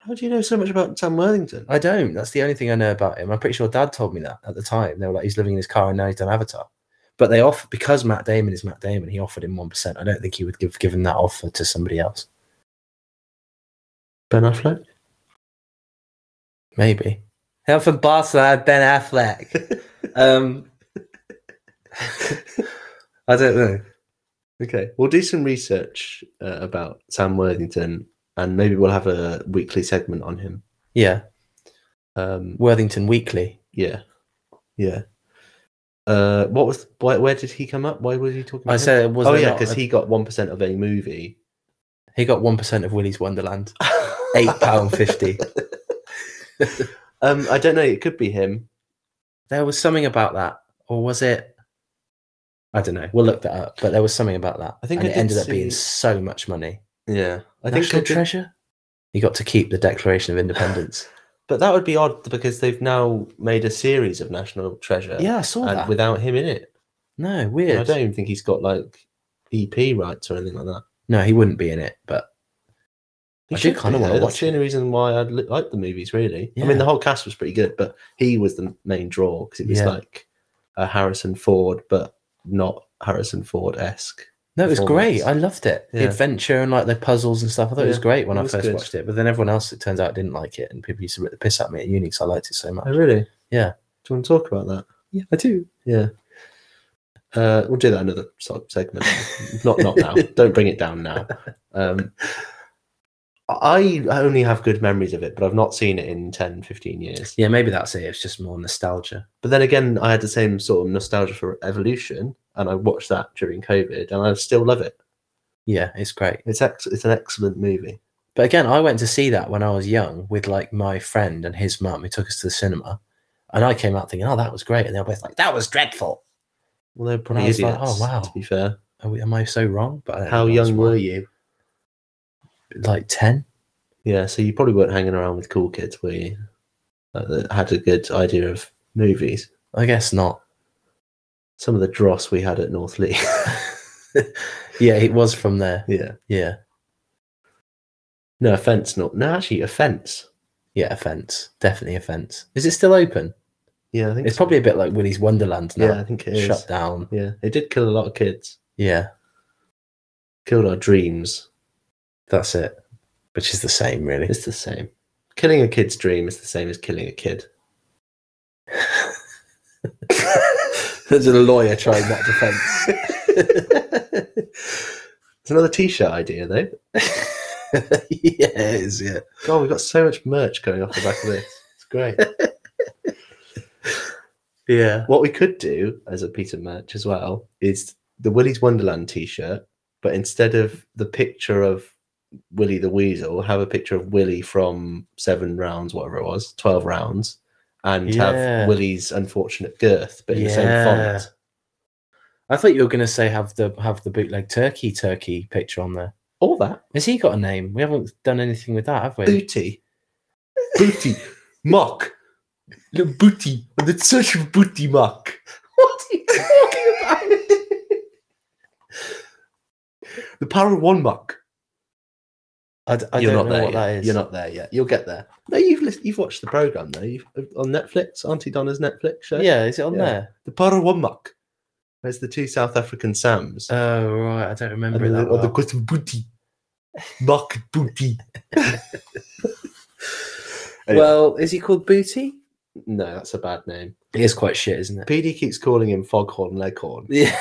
[SPEAKER 5] How do you know so much about Sam Worthington?
[SPEAKER 4] I don't. That's the only thing I know about him. I'm pretty sure Dad told me that at the time. They were like, he's living in his car and now he's done Avatar. But they offer because Matt Damon is Matt Damon. He offered him one percent. I don't think he would give given that offer to somebody else.
[SPEAKER 5] Ben Affleck.
[SPEAKER 4] Maybe. Hell from Barcelona, Ben Affleck. um,
[SPEAKER 5] [laughs]
[SPEAKER 4] I don't know.
[SPEAKER 5] Okay, we'll do some research uh, about Sam Worthington, and maybe we'll have a weekly segment on him.
[SPEAKER 4] Yeah,
[SPEAKER 5] Um,
[SPEAKER 4] Worthington Weekly.
[SPEAKER 5] yeah, yeah. Uh, what was why, where did he come up? Why was he talking? About
[SPEAKER 4] I
[SPEAKER 5] him?
[SPEAKER 4] said, was
[SPEAKER 5] oh
[SPEAKER 4] there
[SPEAKER 5] yeah,
[SPEAKER 4] not
[SPEAKER 5] because
[SPEAKER 4] a-
[SPEAKER 5] he got one percent of a movie.
[SPEAKER 4] he got one percent of Willy's Wonderland, eight pound
[SPEAKER 5] [laughs]
[SPEAKER 4] fifty.
[SPEAKER 5] Um, I don't know. It could be him.
[SPEAKER 4] There was something about that, or was it? I don't know. We'll look that up. But there was something about that.
[SPEAKER 5] I think
[SPEAKER 4] and
[SPEAKER 5] I
[SPEAKER 4] it
[SPEAKER 5] did
[SPEAKER 4] ended up
[SPEAKER 5] see-
[SPEAKER 4] being so much money.
[SPEAKER 5] Yeah,
[SPEAKER 4] National
[SPEAKER 5] I think. I did-
[SPEAKER 4] treasure. You got to keep the Declaration of
[SPEAKER 5] [laughs]
[SPEAKER 4] Independence.
[SPEAKER 5] but that would be odd because they've now made a series of National Treasure.
[SPEAKER 4] yeah, I saw
[SPEAKER 5] and
[SPEAKER 4] that.
[SPEAKER 5] without him in it,
[SPEAKER 4] no,
[SPEAKER 5] And I
[SPEAKER 4] weird.
[SPEAKER 5] don't even think he's got like EP rights or anything like that.
[SPEAKER 4] No, he wouldn't be in it. But
[SPEAKER 5] He
[SPEAKER 4] I do
[SPEAKER 5] should
[SPEAKER 4] kinda
[SPEAKER 5] be,
[SPEAKER 4] wanna
[SPEAKER 5] though.
[SPEAKER 4] watch
[SPEAKER 5] That's the only reason why I li- liked the movies. Really, I
[SPEAKER 4] Yeah.
[SPEAKER 5] mean, the whole cast was pretty good, but he was the main draw because it was
[SPEAKER 4] Yeah.
[SPEAKER 5] like a Harrison Ford, but not Harrison Ford esque.
[SPEAKER 4] no, it was great.
[SPEAKER 5] Performance.
[SPEAKER 4] I loved it. The
[SPEAKER 5] Yeah.
[SPEAKER 4] adventure and like the puzzles and stuff. I thought it was
[SPEAKER 5] Yeah,
[SPEAKER 4] great when
[SPEAKER 5] it
[SPEAKER 4] I
[SPEAKER 5] was
[SPEAKER 4] first
[SPEAKER 5] good.
[SPEAKER 4] watched it. But then everyone else, it turns out, didn't like it, and people used to rip the piss at me at uni because I liked it so much.
[SPEAKER 5] Oh, really?
[SPEAKER 4] Yeah.
[SPEAKER 5] Do you want to talk about that?
[SPEAKER 4] Yeah, I do.
[SPEAKER 5] Yeah. Uh, we'll do that another sub segment. not
[SPEAKER 4] [laughs]
[SPEAKER 5] not [laughs] now. Don't bring it down now. Um, I only have good memories of it, but I've not seen it in 10,
[SPEAKER 4] [laughs]
[SPEAKER 5] 15 years.
[SPEAKER 4] Yeah, maybe that's it. It's just more nostalgia.
[SPEAKER 5] But then again, I had the same sort of nostalgia for Evolution, and I watched that during COVID, and I still love it.
[SPEAKER 4] Yeah, it's great.
[SPEAKER 5] It's ex- it's an excellent movie.
[SPEAKER 4] But again, I went to see that when I was young with like my friend and his mum who took us to the cinema. And I came out thinking, oh, that was great. And they were both like, that was dreadful.
[SPEAKER 5] Well, they're probably
[SPEAKER 4] I was
[SPEAKER 5] idiots.
[SPEAKER 4] like, oh, wow.
[SPEAKER 5] To be fair,
[SPEAKER 4] Are we, am I so wrong? But I don't
[SPEAKER 5] how
[SPEAKER 4] think I was
[SPEAKER 5] young were
[SPEAKER 4] wrong.
[SPEAKER 5] you?
[SPEAKER 4] Like 10?
[SPEAKER 5] Yeah, so you probably weren't hanging around with cool kids, were you? Like, that had a good idea of movies.
[SPEAKER 4] I guess not.
[SPEAKER 5] Some of the dross we had at North Lee. [laughs]
[SPEAKER 4] Yeah, it was from there.
[SPEAKER 5] yeah.
[SPEAKER 4] Yeah.
[SPEAKER 5] No offense, not no actually offense.
[SPEAKER 4] Yeah, offense. Definitely offense. Is it still open?
[SPEAKER 5] Yeah, I think
[SPEAKER 4] It's
[SPEAKER 5] so.
[SPEAKER 4] probably a bit like Willy's Wonderland
[SPEAKER 5] yeah, I
[SPEAKER 4] now.
[SPEAKER 5] think it is.
[SPEAKER 4] Shut down.
[SPEAKER 5] Yeah, it did kill a lot of kids.
[SPEAKER 4] Yeah,
[SPEAKER 5] Killed our dreams.
[SPEAKER 4] that's it. Which is the same, really.
[SPEAKER 5] It's the same. Killing a kid's dream is the same as killing a kid. [laughs]
[SPEAKER 4] There's a lawyer trying that defense.
[SPEAKER 5] It's another t-shirt idea, though.
[SPEAKER 4] [laughs] yeah, it is. Yeah.
[SPEAKER 5] God, we've got so much merch going off the back of this. It's great.
[SPEAKER 4] Yeah.
[SPEAKER 5] what we could do as a piece of merch as well is the Willy's Wonderland t-shirt, but instead of the picture of Willy the Weasel, have a picture of Willy from seven rounds, whatever it was, twelve rounds, and
[SPEAKER 4] Yeah.
[SPEAKER 5] have Willy's unfortunate girth, but in the same
[SPEAKER 4] Yeah.
[SPEAKER 5] font.
[SPEAKER 4] I thought you were going to say have the have the bootleg turkey turkey picture on there.
[SPEAKER 5] All that [laughs]
[SPEAKER 4] Has he got a name? We haven't done anything with that, have we?
[SPEAKER 5] booty, booty, muck, the booty, on the search of booty muck. What are you talking about? the power of one muck.
[SPEAKER 4] I, d- I
[SPEAKER 5] You're
[SPEAKER 4] don't
[SPEAKER 5] not
[SPEAKER 4] know
[SPEAKER 5] there
[SPEAKER 4] what
[SPEAKER 5] yet.
[SPEAKER 4] that is.
[SPEAKER 5] You're not there yet. You'll get there. No, you've lis- you've watched the program though. You've on Netflix, Auntie Donna's Netflix show.
[SPEAKER 4] Yeah, is it on
[SPEAKER 5] Yeah.
[SPEAKER 4] there?
[SPEAKER 5] the Parawamuk. There's the two South African Sams.
[SPEAKER 4] Oh right, I don't
[SPEAKER 5] and
[SPEAKER 4] remember
[SPEAKER 5] the,
[SPEAKER 4] it that
[SPEAKER 5] or the
[SPEAKER 4] well.
[SPEAKER 5] Coast of Booty, Market Booty. [laughs] Anyway,
[SPEAKER 4] Well, is he called Booty?
[SPEAKER 5] no, that's a bad name.
[SPEAKER 4] It is quite shit, isn't it?
[SPEAKER 5] PD keeps calling him Foghorn Leghorn.
[SPEAKER 4] Yeah.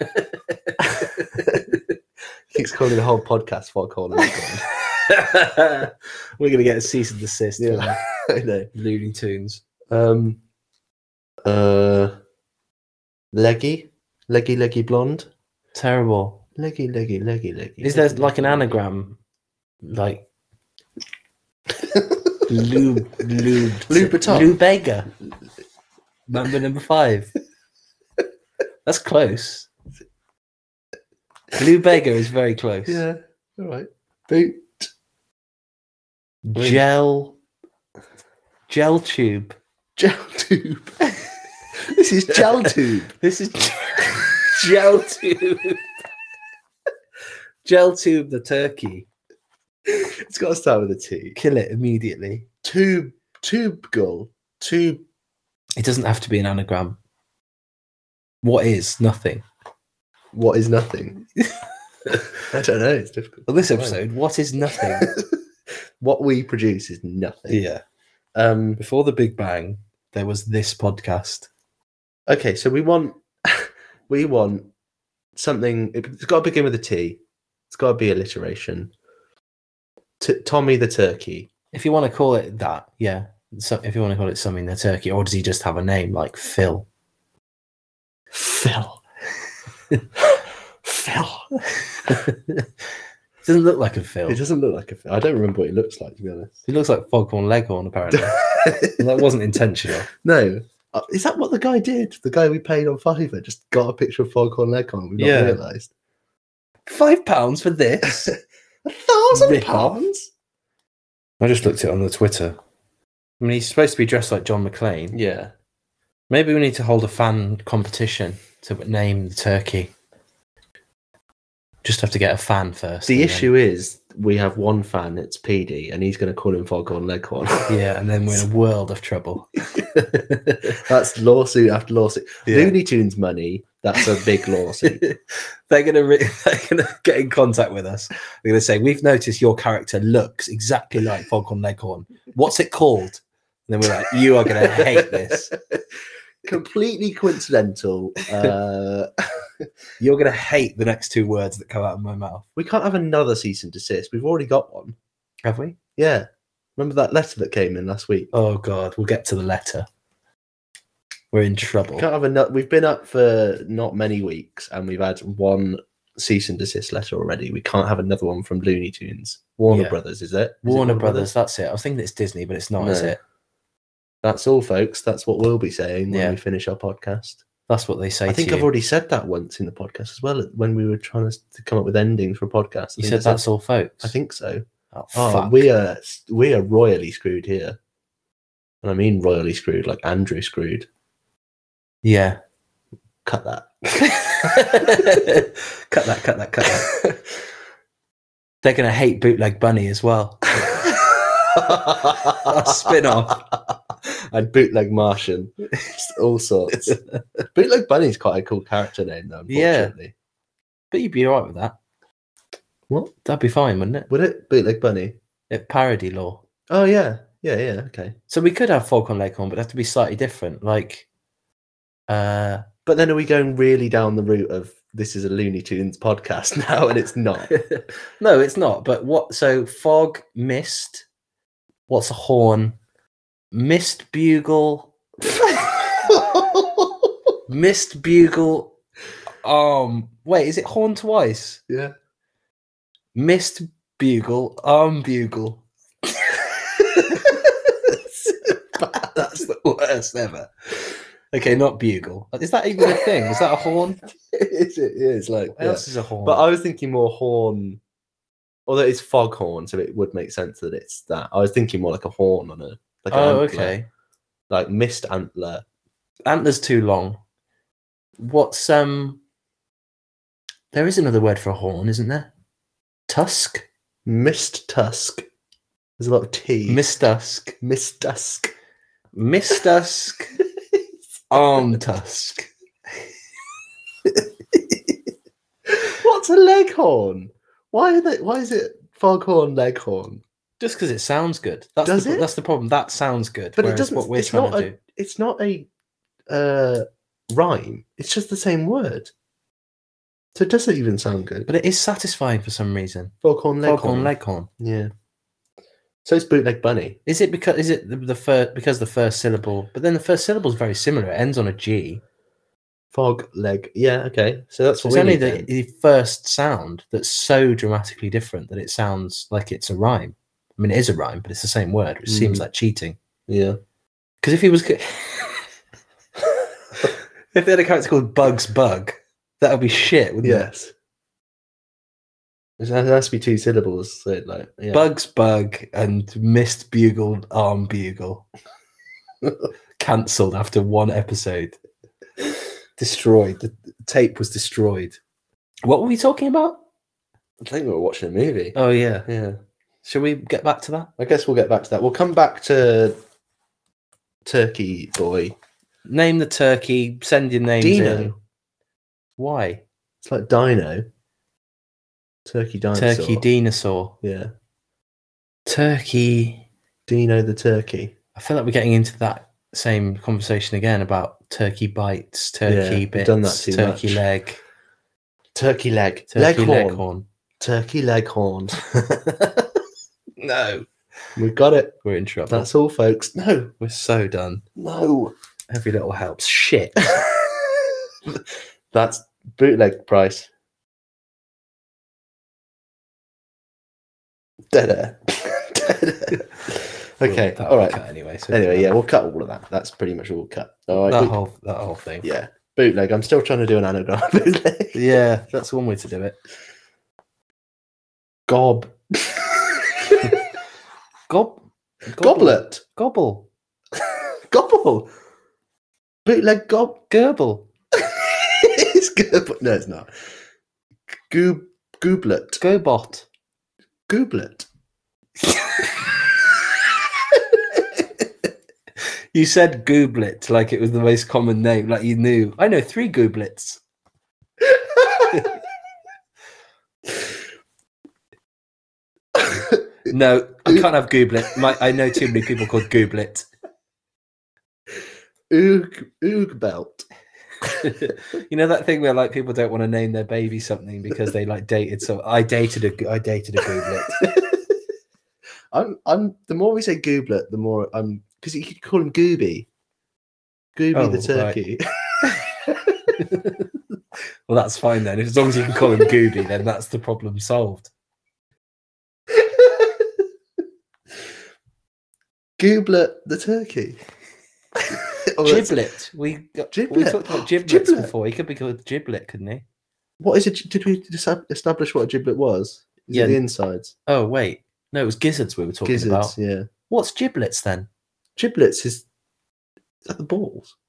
[SPEAKER 5] [laughs]
[SPEAKER 4] [laughs]
[SPEAKER 5] keeps calling the whole podcast Foghorn Leghorn.
[SPEAKER 4] [laughs] We're gonna get a cease and desist.
[SPEAKER 5] yeah,
[SPEAKER 4] Yeah.
[SPEAKER 5] [laughs] I know.
[SPEAKER 4] Looney Tunes.
[SPEAKER 5] Um, uh, leggy, leggy, leggy blonde.
[SPEAKER 4] Terrible.
[SPEAKER 5] Leggy, leggy, leggy, leggy.
[SPEAKER 4] Is there
[SPEAKER 5] leggy,
[SPEAKER 4] like an
[SPEAKER 5] leggy,
[SPEAKER 4] anagram? Like
[SPEAKER 5] leggy.
[SPEAKER 4] Lou [laughs] Lou
[SPEAKER 5] Lou Button.
[SPEAKER 4] Lou Bega. Number number five. That's close. Lou Bega is very close.
[SPEAKER 5] Yeah. All right. Boot.
[SPEAKER 4] Gel gel tube.
[SPEAKER 5] Gel tube. [laughs] this is [laughs] gel tube.
[SPEAKER 4] This is [laughs] gel tube. gel tube the turkey.
[SPEAKER 5] It's got to start with a T.
[SPEAKER 4] Kill it immediately.
[SPEAKER 5] Tube. Tube gull. Tube.
[SPEAKER 4] It doesn't have to be an anagram. What is nothing?
[SPEAKER 5] What is [laughs] nothing? I don't know. It's difficult.
[SPEAKER 4] Well, this episode, what is nothing? [laughs]
[SPEAKER 5] what we produce is nothing.
[SPEAKER 4] yeah.
[SPEAKER 5] Um.
[SPEAKER 4] Before the Big Bang, there was this podcast.
[SPEAKER 5] Okay. So we want. [laughs] we want something. It's got to begin with a T. It's got to be alliteration. T- Tommy the turkey.
[SPEAKER 4] If you want to call it that, yeah. So if you want to call it something, the turkey, or does he just have a name like Phil? [laughs]
[SPEAKER 5] [laughs] Phil. Phil.
[SPEAKER 4] Doesn't look like a Phil.
[SPEAKER 5] It doesn't look like a Phil. I don't remember what it looks like to be honest.
[SPEAKER 4] He looks like Foghorn Leghorn, [laughs] apparently.
[SPEAKER 5] [laughs]
[SPEAKER 4] And that wasn't intentional.
[SPEAKER 5] no. Uh, Is that what the guy did? The guy we paid on Fiverr just got a picture of Foghorn Leghorn. We've not
[SPEAKER 4] Yeah.
[SPEAKER 5] realised.
[SPEAKER 4] Five pounds for this?
[SPEAKER 5] A thousand
[SPEAKER 4] Rip off.
[SPEAKER 5] pounds?
[SPEAKER 4] I just looked it on the Twitter. I mean, he's supposed to be dressed like John McClane.
[SPEAKER 5] Yeah.
[SPEAKER 4] Maybe we need to hold a fan competition to name the turkey. Just have to get a fan first.
[SPEAKER 5] The
[SPEAKER 4] and then-
[SPEAKER 5] issue is we have one fan, it's PD, and he's going to call him Foghorn Leghorn.
[SPEAKER 4] Yeah, and then we're in a world of trouble.
[SPEAKER 5] [laughs] That's lawsuit after lawsuit.
[SPEAKER 4] Yeah.
[SPEAKER 5] Looney Tunes money, that's a
[SPEAKER 4] [laughs]
[SPEAKER 5] big lawsuit.
[SPEAKER 4] [laughs] they're gonna re- [laughs] they're gonna get in contact with us. They're gonna say, "We've noticed your character looks exactly like Foghorn Leghorn. What's it called?" And then we're like, "You are gonna hate this.
[SPEAKER 5] Completely coincidental. Uh,
[SPEAKER 4] You're gonna hate the next two words that come out of my mouth."
[SPEAKER 5] we can't have another cease and desist. We've already got one.
[SPEAKER 4] Have we?
[SPEAKER 5] Yeah. Remember that letter that came in last week?
[SPEAKER 4] Oh God, we'll get to the letter. We're in trouble.
[SPEAKER 5] Can't have another. We've been up for not many weeks, and we've had one cease and desist letter already. We can't have another one from Looney Tunes. Warner
[SPEAKER 4] Yeah.
[SPEAKER 5] Brothers, is it? Is it
[SPEAKER 4] Warner Brothers, that's it. I was thinking it's Disney, but it's not, is
[SPEAKER 5] No.
[SPEAKER 4] it?
[SPEAKER 5] That's all, folks. That's what we'll be saying when
[SPEAKER 4] Yeah.
[SPEAKER 5] we finish our podcast.
[SPEAKER 4] That's what they say.
[SPEAKER 5] I think
[SPEAKER 4] to
[SPEAKER 5] I've
[SPEAKER 4] you.
[SPEAKER 5] already said that once in the podcast as well when we were trying to s- to come up with endings for a podcast.
[SPEAKER 4] You
[SPEAKER 5] I
[SPEAKER 4] said
[SPEAKER 5] think
[SPEAKER 4] that's all, folks.
[SPEAKER 5] I think so.
[SPEAKER 4] Oh,
[SPEAKER 5] Oh,
[SPEAKER 4] fuck.
[SPEAKER 5] we are we are royally screwed here, and I mean royally screwed, like Andrew screwed.
[SPEAKER 4] Yeah. [laughs]
[SPEAKER 5] Cut that.
[SPEAKER 4] cut that. Cut that. Cut that. They're gonna hate bootleg bunny as well. [laughs]
[SPEAKER 5] [laughs]
[SPEAKER 4] spin off.
[SPEAKER 5] And bootleg Martian, Just
[SPEAKER 4] [laughs]
[SPEAKER 5] all sorts. bootleg Bunny's quite a cool character name, though.
[SPEAKER 4] Yeah.
[SPEAKER 5] Unfortunately,
[SPEAKER 4] But you'd be alright with that.
[SPEAKER 5] What?
[SPEAKER 4] That'd be fine, wouldn't it?
[SPEAKER 5] would it bootleg Bunny?
[SPEAKER 4] It parody law.
[SPEAKER 5] Oh yeah, yeah, yeah. Okay,
[SPEAKER 4] So we could have Falcon Leghorn, but it'd have to be slightly different. Like, uh,
[SPEAKER 5] but then are we going really down the route of this is a Looney Tunes podcast [laughs] now, and it's not?
[SPEAKER 4] [laughs] no, it's not. But what? So fog, mist. What's a horn? Mist [laughs] bugle. Mist bugle. Um. Wait, is it horn twice?
[SPEAKER 5] yeah.
[SPEAKER 4] Mist bugle. Arm bugle. [laughs] That's the worst ever. Okay, not bugle. Uh, Is that even a thing? Is that a horn?
[SPEAKER 5] [laughs] It is, it is like.
[SPEAKER 4] What
[SPEAKER 5] yeah.
[SPEAKER 4] else is a horn?
[SPEAKER 5] But I was thinking more horn, although it's foghorn, so it would make sense that it's that. I was thinking more like a horn on a like an
[SPEAKER 4] oh,
[SPEAKER 5] antler,
[SPEAKER 4] okay.
[SPEAKER 5] like mist antler.
[SPEAKER 4] antler's too long. What's um? There is another word for a horn, isn't there? Tusk,
[SPEAKER 5] Mist Tusk. There's a lot of tea.
[SPEAKER 4] mistusk,
[SPEAKER 5] Mist Tusk.
[SPEAKER 4] mistusk,
[SPEAKER 5] [laughs]
[SPEAKER 4] arm tusk.
[SPEAKER 5] What's a leghorn? Why are they, Why is it foghorn leghorn?
[SPEAKER 4] Just because it sounds good. That's
[SPEAKER 5] Does
[SPEAKER 4] the, pro-
[SPEAKER 5] it?
[SPEAKER 4] That's the problem. That sounds good.
[SPEAKER 5] But it
[SPEAKER 4] whereas
[SPEAKER 5] doesn't.
[SPEAKER 4] What we're
[SPEAKER 5] it's
[SPEAKER 4] trying
[SPEAKER 5] not
[SPEAKER 4] to
[SPEAKER 5] a.
[SPEAKER 4] do.
[SPEAKER 5] It's not a uh, rhyme. It's just the same word. So it doesn't even sound good.
[SPEAKER 4] But it is satisfying for some reason.
[SPEAKER 5] Foghorn leghorn.
[SPEAKER 4] Foghorn leghorn.
[SPEAKER 5] Yeah. So it's bootleg bunny.
[SPEAKER 4] Is it because is it the, the first because the first syllable? But then the first syllable is very similar. It ends on a G.
[SPEAKER 5] Fog leg. Yeah. Okay. So that's
[SPEAKER 4] So it's
[SPEAKER 5] what we
[SPEAKER 4] only
[SPEAKER 5] need.
[SPEAKER 4] the,
[SPEAKER 5] then.
[SPEAKER 4] the first sound that's so dramatically different that it sounds like it's a rhyme. I mean, it is a rhyme, but it's the same word, which
[SPEAKER 5] Mm.
[SPEAKER 4] seems like cheating.
[SPEAKER 5] Yeah.
[SPEAKER 4] Because if he was, c- [laughs] if they had a character called Bugs Bug, that would be shit, wouldn't it?
[SPEAKER 5] Yes. It has- it has to be two syllables. So it, like yeah.
[SPEAKER 4] Bugs Bug and Missed Bugle Arm Bugle. [laughs] Cancelled after one episode. Destroyed. The tape was destroyed. What were we talking about?
[SPEAKER 5] I think we were watching a movie.
[SPEAKER 4] Oh, yeah.
[SPEAKER 5] Yeah.
[SPEAKER 4] Shall we get back to that?
[SPEAKER 5] I guess we'll get back to that. We'll come back to Turkey Boy.
[SPEAKER 4] Name the turkey, send your name.
[SPEAKER 5] Dino.
[SPEAKER 4] Why?
[SPEAKER 5] It's like Dino. Turkey dinosaur.
[SPEAKER 4] Turkey dinosaur.
[SPEAKER 5] yeah.
[SPEAKER 4] Turkey.
[SPEAKER 5] Dino the turkey.
[SPEAKER 4] I feel like we're getting into that same conversation again about turkey bites, turkey
[SPEAKER 5] Yeah, we've
[SPEAKER 4] bits,
[SPEAKER 5] done that too
[SPEAKER 4] turkey
[SPEAKER 5] much. [laughs]
[SPEAKER 4] leg,
[SPEAKER 5] Turkey leg.
[SPEAKER 4] turkey
[SPEAKER 5] Leghorn.
[SPEAKER 4] leghorn.
[SPEAKER 5] Turkey leghorn. [laughs]
[SPEAKER 4] No.
[SPEAKER 5] We've got it.
[SPEAKER 4] We're in trouble.
[SPEAKER 5] That's all, folks. No.
[SPEAKER 4] We're so done.
[SPEAKER 5] No. [laughs]
[SPEAKER 4] Every little helps. Shit.
[SPEAKER 5] That's bootleg price. Dead air. [laughs] Dead air. Okay.
[SPEAKER 4] That
[SPEAKER 5] all
[SPEAKER 4] we
[SPEAKER 5] right.
[SPEAKER 4] cut anyway. So
[SPEAKER 5] Anyway, yeah, we'll cut all of that. That's pretty much all we'll cut. All right.
[SPEAKER 4] That
[SPEAKER 5] we-
[SPEAKER 4] whole that whole thing.
[SPEAKER 5] yeah. Bootleg. I'm still trying to do an anagram [laughs] bootleg.
[SPEAKER 4] Yeah, that's one way to do it.
[SPEAKER 5] Gob.
[SPEAKER 4] [laughs] Gob.
[SPEAKER 5] Goblet.
[SPEAKER 4] Gobble.
[SPEAKER 5] [laughs] Gobble. Bootleg gob.
[SPEAKER 4] Gerbil.
[SPEAKER 5] [laughs] it's good, but no, it's not. Goob. Gooblet.
[SPEAKER 4] Gobot.
[SPEAKER 5] Gooblet.
[SPEAKER 4] You said gooblet like it was the most common name, like you knew. I know three
[SPEAKER 5] [laughs]
[SPEAKER 4] gooblets. No, I can't have gooblet. My, I know too many people called gooblet. [laughs]
[SPEAKER 5] Oog. Oogbelt.
[SPEAKER 4] you know that thing where like people don't want to name their baby something because they like dated so I dated a go- I dated a gooblet.
[SPEAKER 5] [laughs] I'm. I'm. The more we say gooblet, the more I'm. Because you could call him Gooby. Gooby
[SPEAKER 4] Oh,
[SPEAKER 5] the
[SPEAKER 4] right. [laughs]
[SPEAKER 5] turkey.
[SPEAKER 4] Well, that's fine then. As long as you can call him Gooby, then that's the problem solved.
[SPEAKER 5] Gooblet the
[SPEAKER 4] [laughs]
[SPEAKER 5] turkey. Oh, that's-
[SPEAKER 4] Giblet. We got, we
[SPEAKER 5] Giblet.
[SPEAKER 4] talked about giblets
[SPEAKER 5] Giblet.
[SPEAKER 4] before. He could be called Giblet, couldn't he?
[SPEAKER 5] What is it? Did we dis- establish what a giblet was? Is
[SPEAKER 4] Yeah.
[SPEAKER 5] it the insides?
[SPEAKER 4] Oh wait, no, it was gizzards we were talking
[SPEAKER 5] Gizzards,
[SPEAKER 4] about.
[SPEAKER 5] yeah.
[SPEAKER 4] What's giblets then?
[SPEAKER 5] Giblets is, is that the balls? [laughs]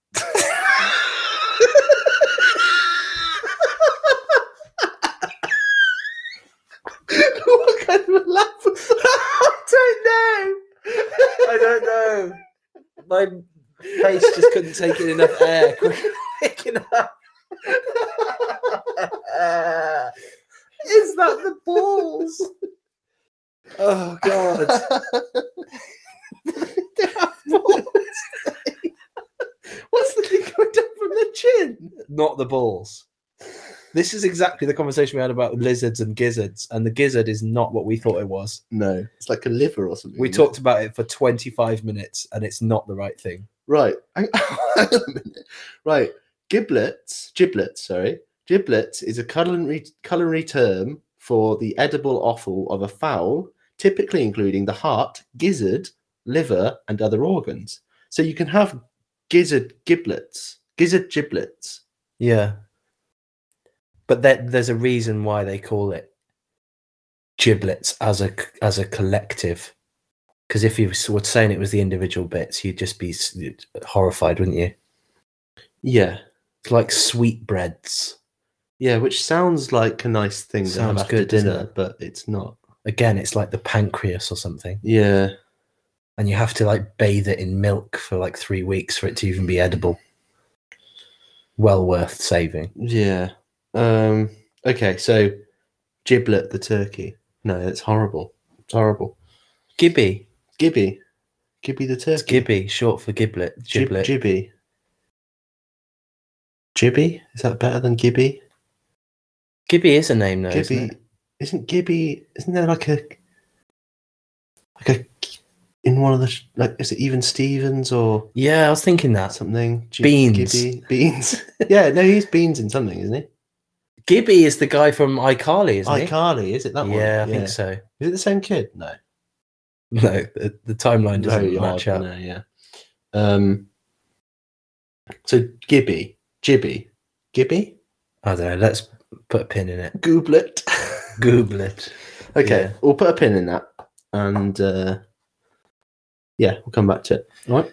[SPEAKER 5] what kind of a laugh [laughs] was that? I don't know.
[SPEAKER 4] I don't know. My face just couldn't take in enough air. [laughs] quick enough.
[SPEAKER 5] Is that the balls?
[SPEAKER 4] [laughs] Oh god.
[SPEAKER 5] What's the thing going down from the chin?
[SPEAKER 4] not the balls. This is exactly the conversation we had about lizards and gizzards, and the gizzard is not what we thought it was.
[SPEAKER 5] No, it's like a liver or something.
[SPEAKER 4] We
[SPEAKER 5] isn't it?
[SPEAKER 4] talked about it for 25 minutes, and it's not the right thing.
[SPEAKER 5] Right. [laughs] Hang on a minute. Right. Giblets, giblets, sorry. Giblets is a culinary, culinary term for the edible offal of a fowl, typically including the heart, gizzard, liver, and other organs. So you can have gizzard giblets, gizzard giblets.
[SPEAKER 4] Yeah. But there, there's a reason why they call it giblets as a as a collective. Because if you were saying it was the individual bits, you'd just be s- you'd- horrified, wouldn't you?
[SPEAKER 5] Yeah.
[SPEAKER 4] It's like sweetbreads.
[SPEAKER 5] Yeah, which sounds like a nice thing to have
[SPEAKER 4] Sounds
[SPEAKER 5] after
[SPEAKER 4] good, doesn't
[SPEAKER 5] dinner,
[SPEAKER 4] it?
[SPEAKER 5] but it's not.
[SPEAKER 4] Again, it's like the pancreas or something,
[SPEAKER 5] Yeah.
[SPEAKER 4] and you have to like bathe it in milk for like three weeks for it to even be edible. Well worth saving.
[SPEAKER 5] Yeah. Um okay, so giblet the turkey. No, that's horrible. It's horrible.
[SPEAKER 4] Gibby.
[SPEAKER 5] Gibby. Gibby the
[SPEAKER 4] It's
[SPEAKER 5] turkey.
[SPEAKER 4] Gibby, short for giblet.
[SPEAKER 5] Gib-
[SPEAKER 4] Giblet.
[SPEAKER 5] Gibby. Gibby? Is that better than Gibby?
[SPEAKER 4] Gibby is a name, though.
[SPEAKER 5] Gibby
[SPEAKER 4] Isn't it?
[SPEAKER 5] isn't Gibby isn't there like a like a in one of the sh- like is it even Stevens or
[SPEAKER 4] Yeah, I was thinking that.
[SPEAKER 5] something? Gi-
[SPEAKER 4] Beans.
[SPEAKER 5] Gibby. Beans. [laughs] yeah, no, he's beans in something, isn't he?
[SPEAKER 4] Gibby is the guy from iCarly, isn't he?
[SPEAKER 5] iCarly, is it that one?
[SPEAKER 4] yeah, I think so.
[SPEAKER 5] Is it the same kid? No.
[SPEAKER 4] [laughs] No, the, the timeline doesn't
[SPEAKER 5] Very
[SPEAKER 4] match
[SPEAKER 5] odd,
[SPEAKER 4] up.
[SPEAKER 5] no, yeah. Um, so Gibby, Gibby, Gibby,
[SPEAKER 4] I don't know. Let's put a pin in it.
[SPEAKER 5] Gooblet.
[SPEAKER 4] [laughs] Google it.
[SPEAKER 5] okay,
[SPEAKER 4] Yeah.
[SPEAKER 5] we'll put a pin in that, and uh, yeah, we'll come back to it. All right.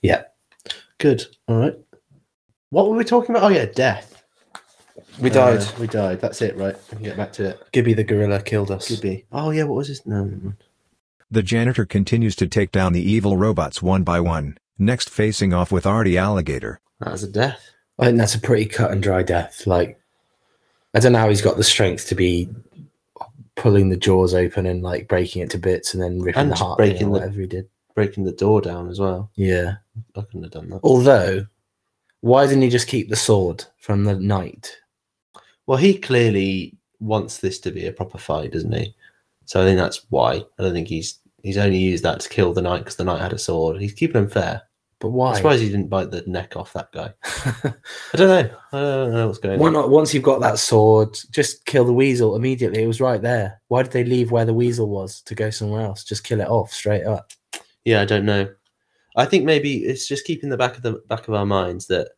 [SPEAKER 4] Yeah.
[SPEAKER 5] Good. All right. What were we talking about? Oh yeah, death.
[SPEAKER 4] We
[SPEAKER 5] Uh,
[SPEAKER 4] died.
[SPEAKER 5] we died. That's it. Right. We can get back to it.
[SPEAKER 4] Gibby the gorilla killed us.
[SPEAKER 5] Gibby. Oh yeah. What was his? No. never mind.
[SPEAKER 3] The janitor continues to take down the evil robots one by one, next facing off with Artie Alligator.
[SPEAKER 5] That was a death.
[SPEAKER 4] I think that's a pretty cut and dry death. Like, I don't know how he's got the strength to be pulling the jaws open and like breaking it to bits and then ripping
[SPEAKER 5] And
[SPEAKER 4] the
[SPEAKER 5] just
[SPEAKER 4] heart breaking
[SPEAKER 5] breaking the-
[SPEAKER 4] whatever he did.
[SPEAKER 5] Breaking the door down as well.
[SPEAKER 4] Yeah.
[SPEAKER 5] I couldn't have done that.
[SPEAKER 4] Although, why didn't he just keep the sword from the knight?
[SPEAKER 5] Well, he clearly wants this to be a proper fight, doesn't he? So I think that's why. I don't think he's he's only used that to kill the knight because the knight had a sword. He's keeping him fair.
[SPEAKER 4] But
[SPEAKER 5] I'm
[SPEAKER 4] why?
[SPEAKER 5] surprised he didn't bite the neck off that guy. [laughs] I don't know. I don't know what's going
[SPEAKER 4] why
[SPEAKER 5] on.
[SPEAKER 4] not? Once you've got that sword, just kill the weasel immediately. It was right there. Why did they leave where the weasel was to go somewhere else? Just kill it off straight up.
[SPEAKER 5] Yeah, I don't know. I think maybe it's just keeping the back of the back of our minds that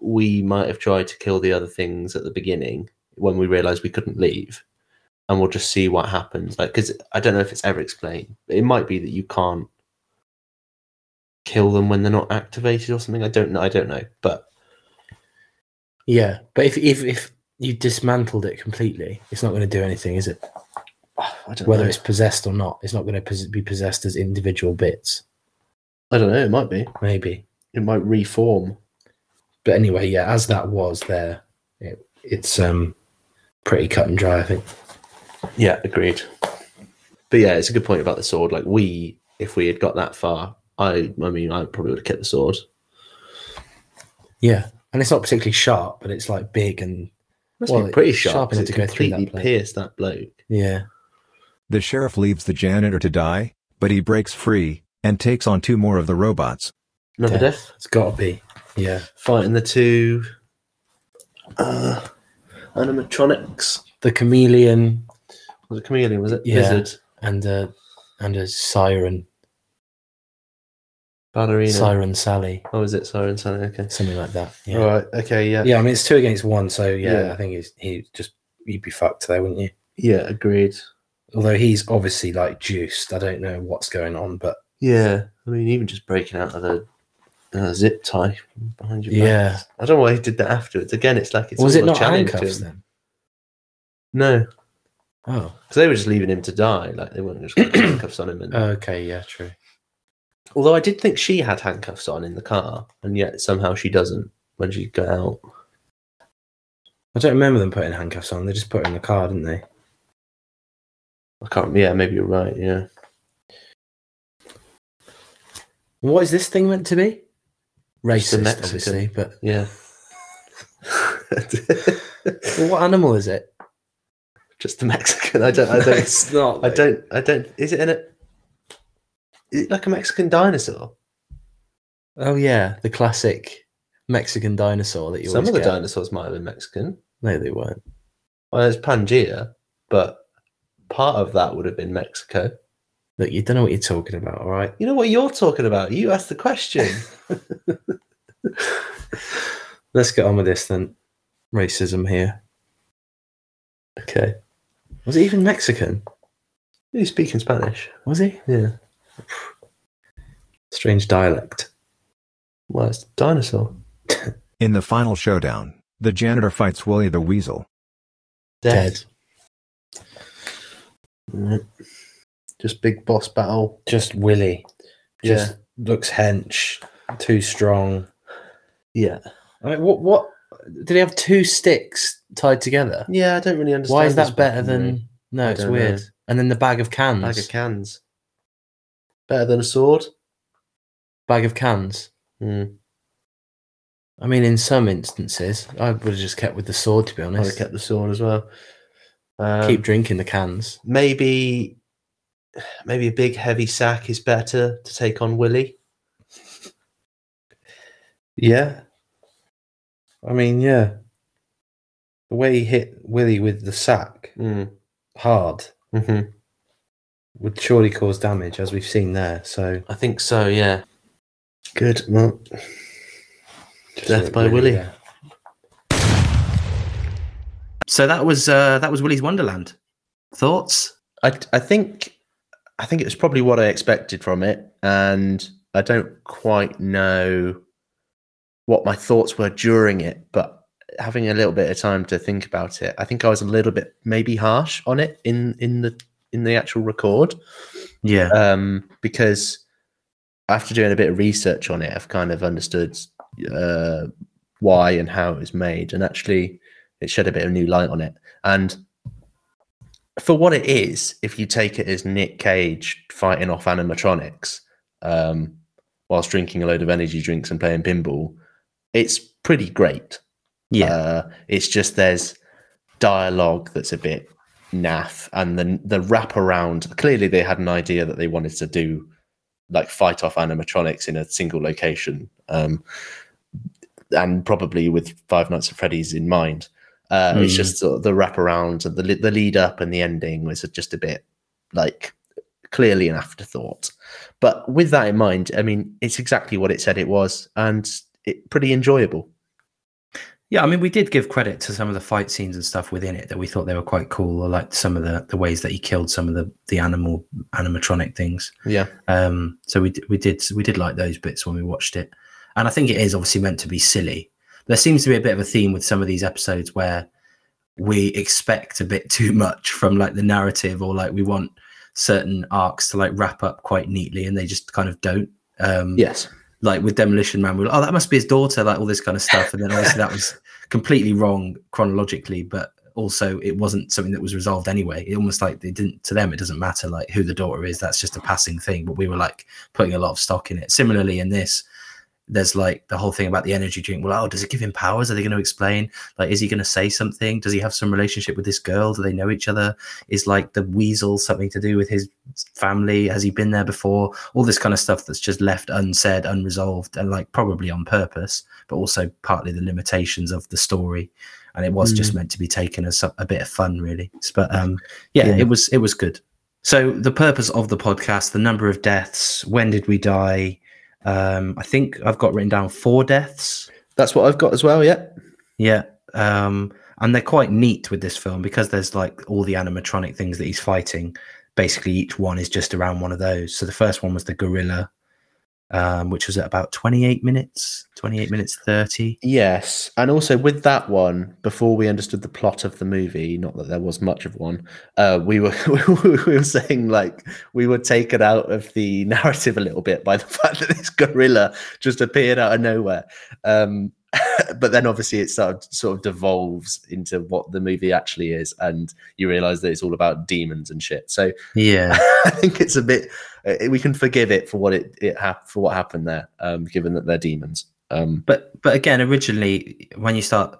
[SPEAKER 5] we might have tried to kill the other things at the beginning when we realized we couldn't leave, and we'll just see what happens. Like, because I don't know if it's ever explained, but it might be that you can't kill them when they're not activated or something. I don't know. I don't know, but
[SPEAKER 4] Yeah, but if if if you dismantled it completely, it's not going to do anything, is it?
[SPEAKER 5] Oh, I don't
[SPEAKER 4] whether
[SPEAKER 5] know.
[SPEAKER 4] it's possessed or not. It's not going to pos- be possessed as individual bits,
[SPEAKER 5] I don't know. It might be.
[SPEAKER 4] maybe.
[SPEAKER 5] It might reform.
[SPEAKER 4] But anyway, yeah, as that was there, it, it's um pretty cut and dry. I think.
[SPEAKER 5] Yeah, agreed. But yeah, it's a good point about the sword. Like we, if we had got that far, I, I mean, I probably would have kept the sword.
[SPEAKER 4] Yeah, and it's not particularly sharp, but it's like big and
[SPEAKER 5] Must
[SPEAKER 4] Well,
[SPEAKER 5] be pretty
[SPEAKER 4] it's
[SPEAKER 5] sharp.
[SPEAKER 4] sharp enough
[SPEAKER 5] to
[SPEAKER 4] to go through that
[SPEAKER 5] completely
[SPEAKER 4] plate.
[SPEAKER 5] pierce that bloke.
[SPEAKER 4] yeah.
[SPEAKER 3] The sheriff leaves the janitor to die, but he breaks free and takes on two more of the robots.
[SPEAKER 5] Another
[SPEAKER 4] Yeah.
[SPEAKER 5] death.
[SPEAKER 4] It's got to be. Yeah,
[SPEAKER 5] Fighting the two uh, animatronics.
[SPEAKER 4] the chameleon
[SPEAKER 5] Was it chameleon? Was it
[SPEAKER 4] Yeah.
[SPEAKER 5] lizard?
[SPEAKER 4] and a and a siren,
[SPEAKER 5] Ballerina.
[SPEAKER 4] siren Sally,
[SPEAKER 5] Oh, is it siren? Siren. Okay.
[SPEAKER 4] something like that. Yeah.
[SPEAKER 5] All right. Okay. Yeah.
[SPEAKER 4] Yeah, I mean it's two against one, so yeah,
[SPEAKER 5] Yeah.
[SPEAKER 4] I think he's he just you'd be fucked there, wouldn't you?
[SPEAKER 5] Yeah. Agreed.
[SPEAKER 4] Although he's obviously like juiced. I don't know what's going on, but
[SPEAKER 5] Yeah. I mean, even just breaking out of the uh, zip tie behind your back.
[SPEAKER 4] yeah,
[SPEAKER 5] I don't know why he did that afterwards. Again, it's like it's
[SPEAKER 4] was
[SPEAKER 5] all
[SPEAKER 4] it
[SPEAKER 5] a
[SPEAKER 4] not
[SPEAKER 5] challenge to
[SPEAKER 4] handcuffs
[SPEAKER 5] him.
[SPEAKER 4] then?
[SPEAKER 5] No,
[SPEAKER 4] Oh,
[SPEAKER 5] because they were just leaving him to die. Like they weren't just
[SPEAKER 4] [clears throat]
[SPEAKER 5] put handcuffs on him. And,
[SPEAKER 4] Oh, okay, yeah, true.
[SPEAKER 5] Although I did think she had handcuffs on in the car, and yet somehow she doesn't when she got out.
[SPEAKER 4] I don't remember them putting handcuffs on. They just put it in the car, didn't they?
[SPEAKER 5] I can't. Yeah, maybe you're right. Yeah,
[SPEAKER 4] What is this thing meant to be?
[SPEAKER 5] Just a
[SPEAKER 4] Racist,
[SPEAKER 5] Mexican.
[SPEAKER 4] obviously, but
[SPEAKER 5] yeah.
[SPEAKER 4] well, what animal is it?
[SPEAKER 5] [laughs] Just the Mexican. I don't.
[SPEAKER 4] [laughs]
[SPEAKER 5] I don't.
[SPEAKER 4] it's not.
[SPEAKER 5] I
[SPEAKER 4] though.
[SPEAKER 5] don't. I don't. Is it in a? Is it like a Mexican dinosaur?
[SPEAKER 4] Oh yeah, the classic Mexican dinosaur that you
[SPEAKER 5] Some
[SPEAKER 4] always
[SPEAKER 5] of the
[SPEAKER 4] get.
[SPEAKER 5] dinosaurs might have been Mexican.
[SPEAKER 4] no, they weren't.
[SPEAKER 5] Well, it's Pangea, but part of that would have been Mexico.
[SPEAKER 4] Look, you don't know what you're talking about, all right?
[SPEAKER 5] You know what you're talking about. You asked
[SPEAKER 4] [laughs]
[SPEAKER 5] the question.
[SPEAKER 4] Let's get on with this then. Racism here.
[SPEAKER 5] okay.
[SPEAKER 4] Was he even Mexican?
[SPEAKER 5] You speak in Spanish.
[SPEAKER 4] Was he?
[SPEAKER 5] Yeah.
[SPEAKER 4] Strange dialect.
[SPEAKER 5] Well, it's a dinosaur.
[SPEAKER 3] In the final showdown, the janitor fights Willie the Weasel.
[SPEAKER 4] Dead.
[SPEAKER 5] Mm. Just big boss battle.
[SPEAKER 4] Just Willy.
[SPEAKER 5] Yeah.
[SPEAKER 4] Just looks hench. Too strong.
[SPEAKER 5] Yeah.
[SPEAKER 4] I mean, what? What did he have two sticks tied together?
[SPEAKER 5] Yeah, I don't really understand.
[SPEAKER 4] Why is
[SPEAKER 5] this
[SPEAKER 4] that better
[SPEAKER 5] weaponry.
[SPEAKER 4] than? No,
[SPEAKER 5] I
[SPEAKER 4] it's
[SPEAKER 5] don't
[SPEAKER 4] weird.
[SPEAKER 5] know.
[SPEAKER 4] And then the bag of cans.
[SPEAKER 5] bag of cans? Better than a sword?
[SPEAKER 4] Bag of cans.
[SPEAKER 5] Mm.
[SPEAKER 4] I mean, in some instances, I would have just kept with the sword. To be
[SPEAKER 5] I'd have
[SPEAKER 4] honest,
[SPEAKER 5] kept the sword as well. Um,
[SPEAKER 4] keep drinking the cans.
[SPEAKER 5] maybe, maybe a big heavy sack is better to take on Willy. Yeah,
[SPEAKER 4] I mean, yeah.
[SPEAKER 5] Hmm.
[SPEAKER 4] The way he hit Willie with the sack
[SPEAKER 5] mm.
[SPEAKER 4] hard
[SPEAKER 5] hmm
[SPEAKER 4] would surely cause damage, as we've seen there. So
[SPEAKER 5] I think so, yeah.
[SPEAKER 2] Good. Well, Death by Willy.
[SPEAKER 4] yeah.
[SPEAKER 1] So that was uh, that was Willy's Wonderland. Thoughts?
[SPEAKER 2] I I think I think it was probably what I expected from it, and I don't quite know what my thoughts were during it, but having a little bit of time to think about it, I think I was a little bit maybe harsh on it in in the in the actual record
[SPEAKER 1] Yeah.
[SPEAKER 2] um, because after doing a bit of research on it, I've kind of understood uh, why and how it was made, and actually, it shed a bit of new light on it. And for what it is, if you take it as Nick Cage fighting off animatronics um, whilst drinking a load of energy drinks and playing pinball, it's pretty great.
[SPEAKER 1] Yeah.
[SPEAKER 2] Uh, it's just there's dialogue that's a bit naff, and the the wraparound. Clearly, they had an idea that they wanted to do like fight off animatronics in a single location, um, and probably with Five Nights at Freddy's in mind. Uh, It's
[SPEAKER 1] Mm.
[SPEAKER 2] just sort of the wraparound and the li- the lead up and the ending was just a bit like clearly an afterthought. But with that in mind, I mean, it's exactly what it said it was, and it pretty enjoyable.
[SPEAKER 1] yeah, I mean, we did give credit to some of the fight scenes and stuff within it that we thought they were quite cool, or like some of the, the ways that he killed some of the, the animal animatronic things.
[SPEAKER 2] Yeah.
[SPEAKER 1] Um, so we d- we did we did like those bits when we watched it, and I think it is obviously meant to be silly. There seems to be a bit of a theme with some of these episodes where we expect a bit [laughs] too much from like the narrative, or like we want certain arcs to like wrap up quite neatly, and they just kind of don't. Um,
[SPEAKER 2] Yes.
[SPEAKER 1] like with Demolition Man, we were like, oh, that must be his daughter, like all this kind of stuff. And then obviously that was completely wrong chronologically, but also it wasn't something that was resolved anyway. It almost like they didn't to them, it doesn't matter like who the daughter is, that's just a passing thing. But we were like putting a lot of stock in it. Similarly, in this, there's like the whole thing about the energy drink. Well, oh, does it give him powers? Are they going to explain? Like, is he going to say something? Does he have some relationship with this girl? Do they know each other? Is like the weasel something to do with his family? Has he been there before? All this kind of stuff that's just left unsaid, unresolved, and like probably on purpose, but also partly the limitations of the story. And it was just meant to be taken as some- a bit of fun, really. But um, yeah,
[SPEAKER 2] Yeah.
[SPEAKER 1] it was it was good. So the purpose of the podcast, the number of deaths, when did we die? Um, I think I've got written down four deaths.
[SPEAKER 2] That's what I've got as well. Yeah.
[SPEAKER 1] Yeah. Um, and they're quite neat with this film because there's like all the animatronic things that he's fighting. Basically, each one is just around one of those. So the first one was the gorilla, um, which was at about 28 minutes, 28 minutes 30.
[SPEAKER 2] Yes, and also with that one, before we understood the plot of the movie, not that there was much of one, uh, we were [laughs] we were saying like we were taken out of the [laughs] narrative a little bit by the fact that this gorilla just appeared out of nowhere. Um, [laughs] but then obviously it sort of, sort of devolves into what the movie actually is, and you realise that it's all about demons and shit. So [laughs]
[SPEAKER 1] Yeah.
[SPEAKER 2] I think it's a bit uh, we can forgive it for what it, it hap- for what happened there, um, given that they're demons. Um,
[SPEAKER 1] But but again, originally when you start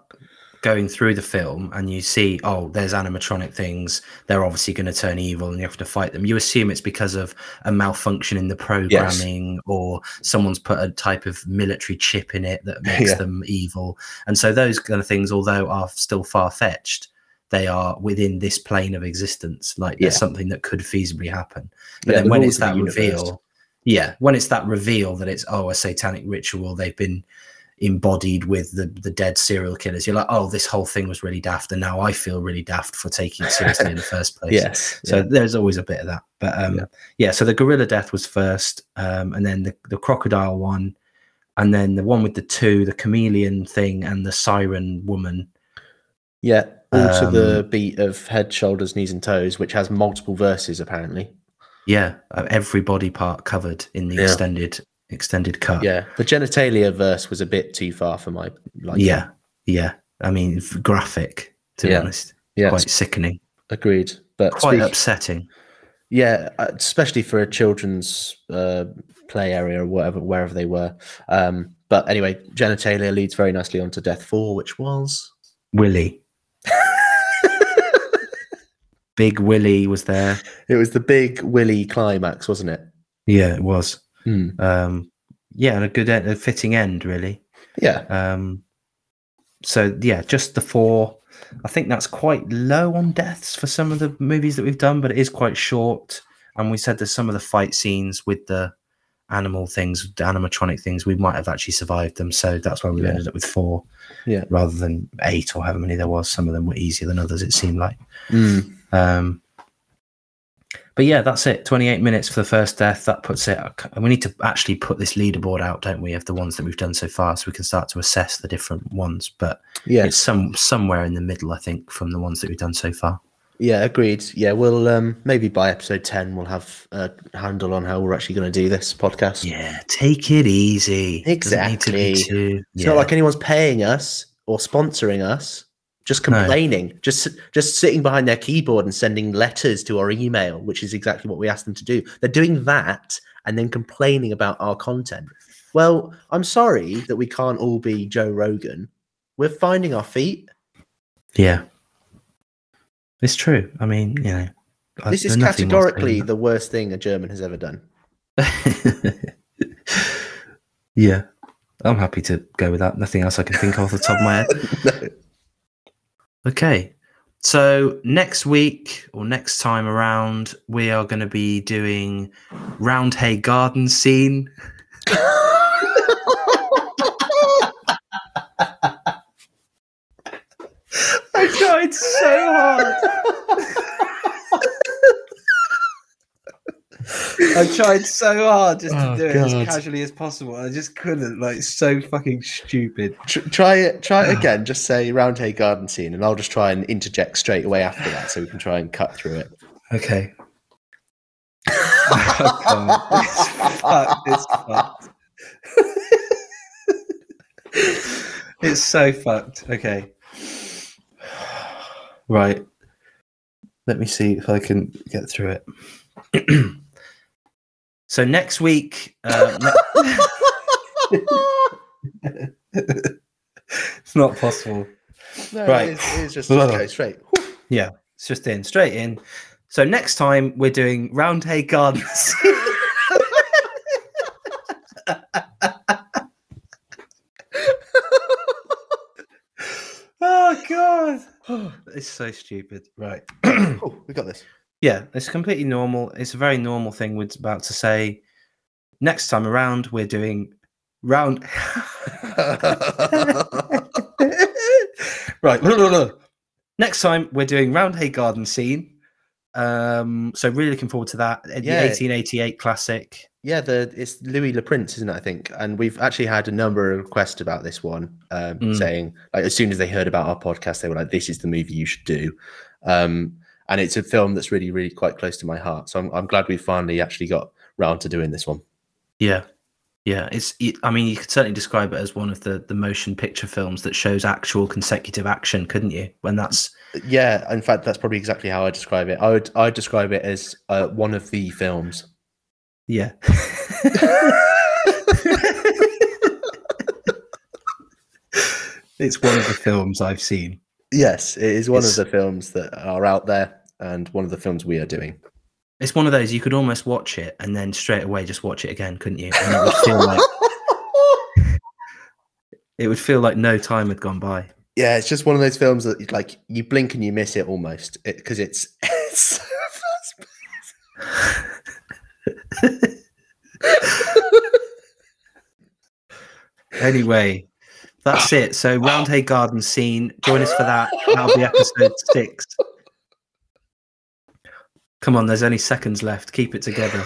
[SPEAKER 1] going through the film and you see, oh, there's animatronic things, they're obviously going to turn evil and you have to fight them. You assume it's because of a malfunction in the programming or someone's put a type of military chip in it that makes
[SPEAKER 2] Yeah.
[SPEAKER 1] them evil. And so those kind of things, although are still far fetched, they are within this plane of existence. Like there's
[SPEAKER 2] Yeah.
[SPEAKER 1] something that could feasibly happen. But
[SPEAKER 2] yeah,
[SPEAKER 1] then
[SPEAKER 2] the
[SPEAKER 1] when it's
[SPEAKER 2] rules of the
[SPEAKER 1] that
[SPEAKER 2] universe.
[SPEAKER 1] reveal, yeah, when it's that reveal that it's oh a satanic ritual, they've been embodied with the the dead serial killers. You're like, oh, this whole thing was really daft, and now I feel really daft for taking it seriously in the
[SPEAKER 2] [laughs]
[SPEAKER 1] first place.
[SPEAKER 2] Yes.
[SPEAKER 1] So
[SPEAKER 2] yeah.
[SPEAKER 1] there's always a bit of that. But um, yeah.
[SPEAKER 2] Yeah.
[SPEAKER 1] so the gorilla death was first, um, and then the, the crocodile one, and then the one with the two, the chameleon thing, and the siren woman.
[SPEAKER 2] Yeah, all to the
[SPEAKER 1] Um,
[SPEAKER 2] beat of head, shoulders, knees, and toes, which has multiple verses apparently.
[SPEAKER 1] Yeah, uh, every body part covered in the
[SPEAKER 2] Yeah.
[SPEAKER 1] extended extended cut.
[SPEAKER 2] Yeah, the genitalia verse was a bit too far for my liking.
[SPEAKER 1] yeah, yeah. I mean, f- graphic to
[SPEAKER 2] Yeah.
[SPEAKER 1] be honest,
[SPEAKER 2] yeah,
[SPEAKER 1] quite sickening,
[SPEAKER 2] agreed. But
[SPEAKER 1] quite
[SPEAKER 2] speak-
[SPEAKER 1] upsetting.
[SPEAKER 2] yeah, uh, especially for a children's uh, play area or whatever, wherever they were. Um, but anyway, genitalia leads very nicely onto Death Four, which was [laughs]
[SPEAKER 1] Willy, big Willy was there.
[SPEAKER 2] it was the big Willy climax, wasn't it?
[SPEAKER 1] Yeah, it was.
[SPEAKER 2] Mm.
[SPEAKER 1] Um, yeah, and a good, end, a fitting end, really.
[SPEAKER 2] Yeah,
[SPEAKER 1] Um, so yeah, just the four. I think that's quite low on deaths for some of the movies that we've done, but it is quite short. and we said that some of the fight scenes with the animal things, the animatronic things, we might have actually survived them. So that's why we
[SPEAKER 2] Yeah.
[SPEAKER 1] ended up with four,
[SPEAKER 2] Yeah.
[SPEAKER 1] rather than eight or however many there was. Some of them were easier than others. It seemed like.
[SPEAKER 2] Hmm.
[SPEAKER 1] Um, but yeah, that's it. 28 minutes for the first death. That puts it. And we need to actually put this leaderboard out, don't we, of the ones that we've done so far, so we can start to assess the different ones. But
[SPEAKER 2] Yeah.
[SPEAKER 1] it's some somewhere in the middle, I think, from the ones that we've done so far.
[SPEAKER 2] Yeah, agreed. Yeah, we'll um, maybe by episode 10, we'll have a handle on how we're actually going to do this podcast.
[SPEAKER 1] Yeah, take it easy. Doesn't need to be
[SPEAKER 2] Exactly.
[SPEAKER 1] too-
[SPEAKER 2] It's
[SPEAKER 1] yeah.
[SPEAKER 2] not like anyone's paying us or sponsoring us. Just
[SPEAKER 1] No.
[SPEAKER 2] complaining, just just sitting behind their keyboard and sending letters to our email, which is exactly what we asked them to do. They're doing that and then complaining about our content. Well, I'm sorry that we can't all be Joe Rogan. We're finding our feet.
[SPEAKER 1] yeah, it's true. I mean, you know, I-
[SPEAKER 2] This is
[SPEAKER 1] nothing was being
[SPEAKER 2] categorically the worst thing a German has ever done.
[SPEAKER 1] [laughs] yeah, I'm happy to go with that. Nothing else I can think of off the top of my head. Okay. So next week or next time around, we are going to be doing Round Hay Garden Scene. I tried so hard. I tried so hard just to
[SPEAKER 4] Oh,
[SPEAKER 1] do it
[SPEAKER 4] God.
[SPEAKER 1] as casually as possible. and I just couldn't. Like, it's so fucking stupid.
[SPEAKER 2] Tr- try it. Try
[SPEAKER 1] [sighs]
[SPEAKER 2] it again. Just say round hay garden scene, and I'll just try and interject straight away after that, so we can try and cut
[SPEAKER 1] [laughs]
[SPEAKER 2] through it.
[SPEAKER 1] Okay. It's fucked. It's fucked. [laughs] it's so fucked. Okay. Right. Let me see if I can get through it. [clears throat] so next week, uh, ne- [laughs] it's not possible.
[SPEAKER 2] [laughs] No,
[SPEAKER 1] Right.
[SPEAKER 2] It is, it is just,
[SPEAKER 1] Blah.
[SPEAKER 2] just go
[SPEAKER 1] [clears throat]
[SPEAKER 2] straight.
[SPEAKER 1] It's just in, straight in. So next time we're doing Round Hay Gardens. oh god. It's so stupid. Right.
[SPEAKER 2] Oh, we got this. [laughs]
[SPEAKER 1] yeah, it's completely normal. It's a very normal thing we're about to say. Next time around we're doing round [laughs] right. look, look, look. Next time we're doing Round Hay Garden Scene. Um, so really looking forward to that. The
[SPEAKER 2] Yeah.
[SPEAKER 1] 1888 classic.
[SPEAKER 2] yeah, the it's Louis Leprince, isn't it? I think, and we've actually had a number of requests about this one, um,
[SPEAKER 1] Mm.
[SPEAKER 2] saying like as soon as they heard about our podcast, they were like, "This is the movie you should do," um, and it's a film that's really, really quite close to my heart. So I'm, I'm glad we finally actually got round to doing this one.
[SPEAKER 1] Yeah. Yeah, it's. It, I mean, you could certainly describe it as one of the, the motion picture films that shows actual consecutive action, couldn't you? When that's
[SPEAKER 2] Yeah, in fact, that's probably exactly how I describe it. I would I would describe it as uh, one of the films.
[SPEAKER 1] yeah. [laughs] it's one of the films I've seen.
[SPEAKER 2] Yes, it is one
[SPEAKER 1] It's-
[SPEAKER 2] of the films that are out there, and one of the films we are doing.
[SPEAKER 1] It's one of those you could almost watch it and then straight away just watch it again, couldn't you? And it would feel
[SPEAKER 2] [laughs]
[SPEAKER 1] like it would feel like no time had gone by.
[SPEAKER 2] Yeah, it's just one of those films that like you blink and you miss it almost because it's [laughs] it's so fast.
[SPEAKER 1] Anyway, that's it. So Round Hay Garden scene. Join us for that. That'll be episode six. Come on, there's only seconds left. Keep it together.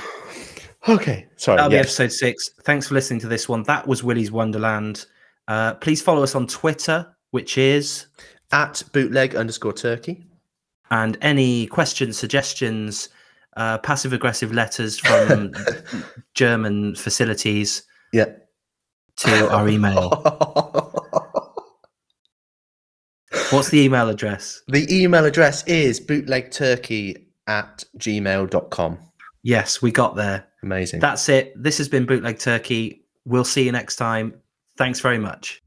[SPEAKER 2] Okay, sorry.
[SPEAKER 1] That'll be
[SPEAKER 2] yes.
[SPEAKER 1] episode six. Thanks for listening to this one. That was Willy's Wonderland. Uh, please follow us on Twitter, which is
[SPEAKER 2] At bootleg underscore turkey.
[SPEAKER 1] and any questions, suggestions, uh, passive aggressive letters from German facilities
[SPEAKER 2] Yeah.
[SPEAKER 1] to our email. What's the email address?
[SPEAKER 2] [laughs] the email address is bootlegturkey at gmail.com.
[SPEAKER 1] Yes, we got there.
[SPEAKER 2] Amazing.
[SPEAKER 1] That's it. This has been Bootleg Turkey. We'll see you next time. Thanks very much.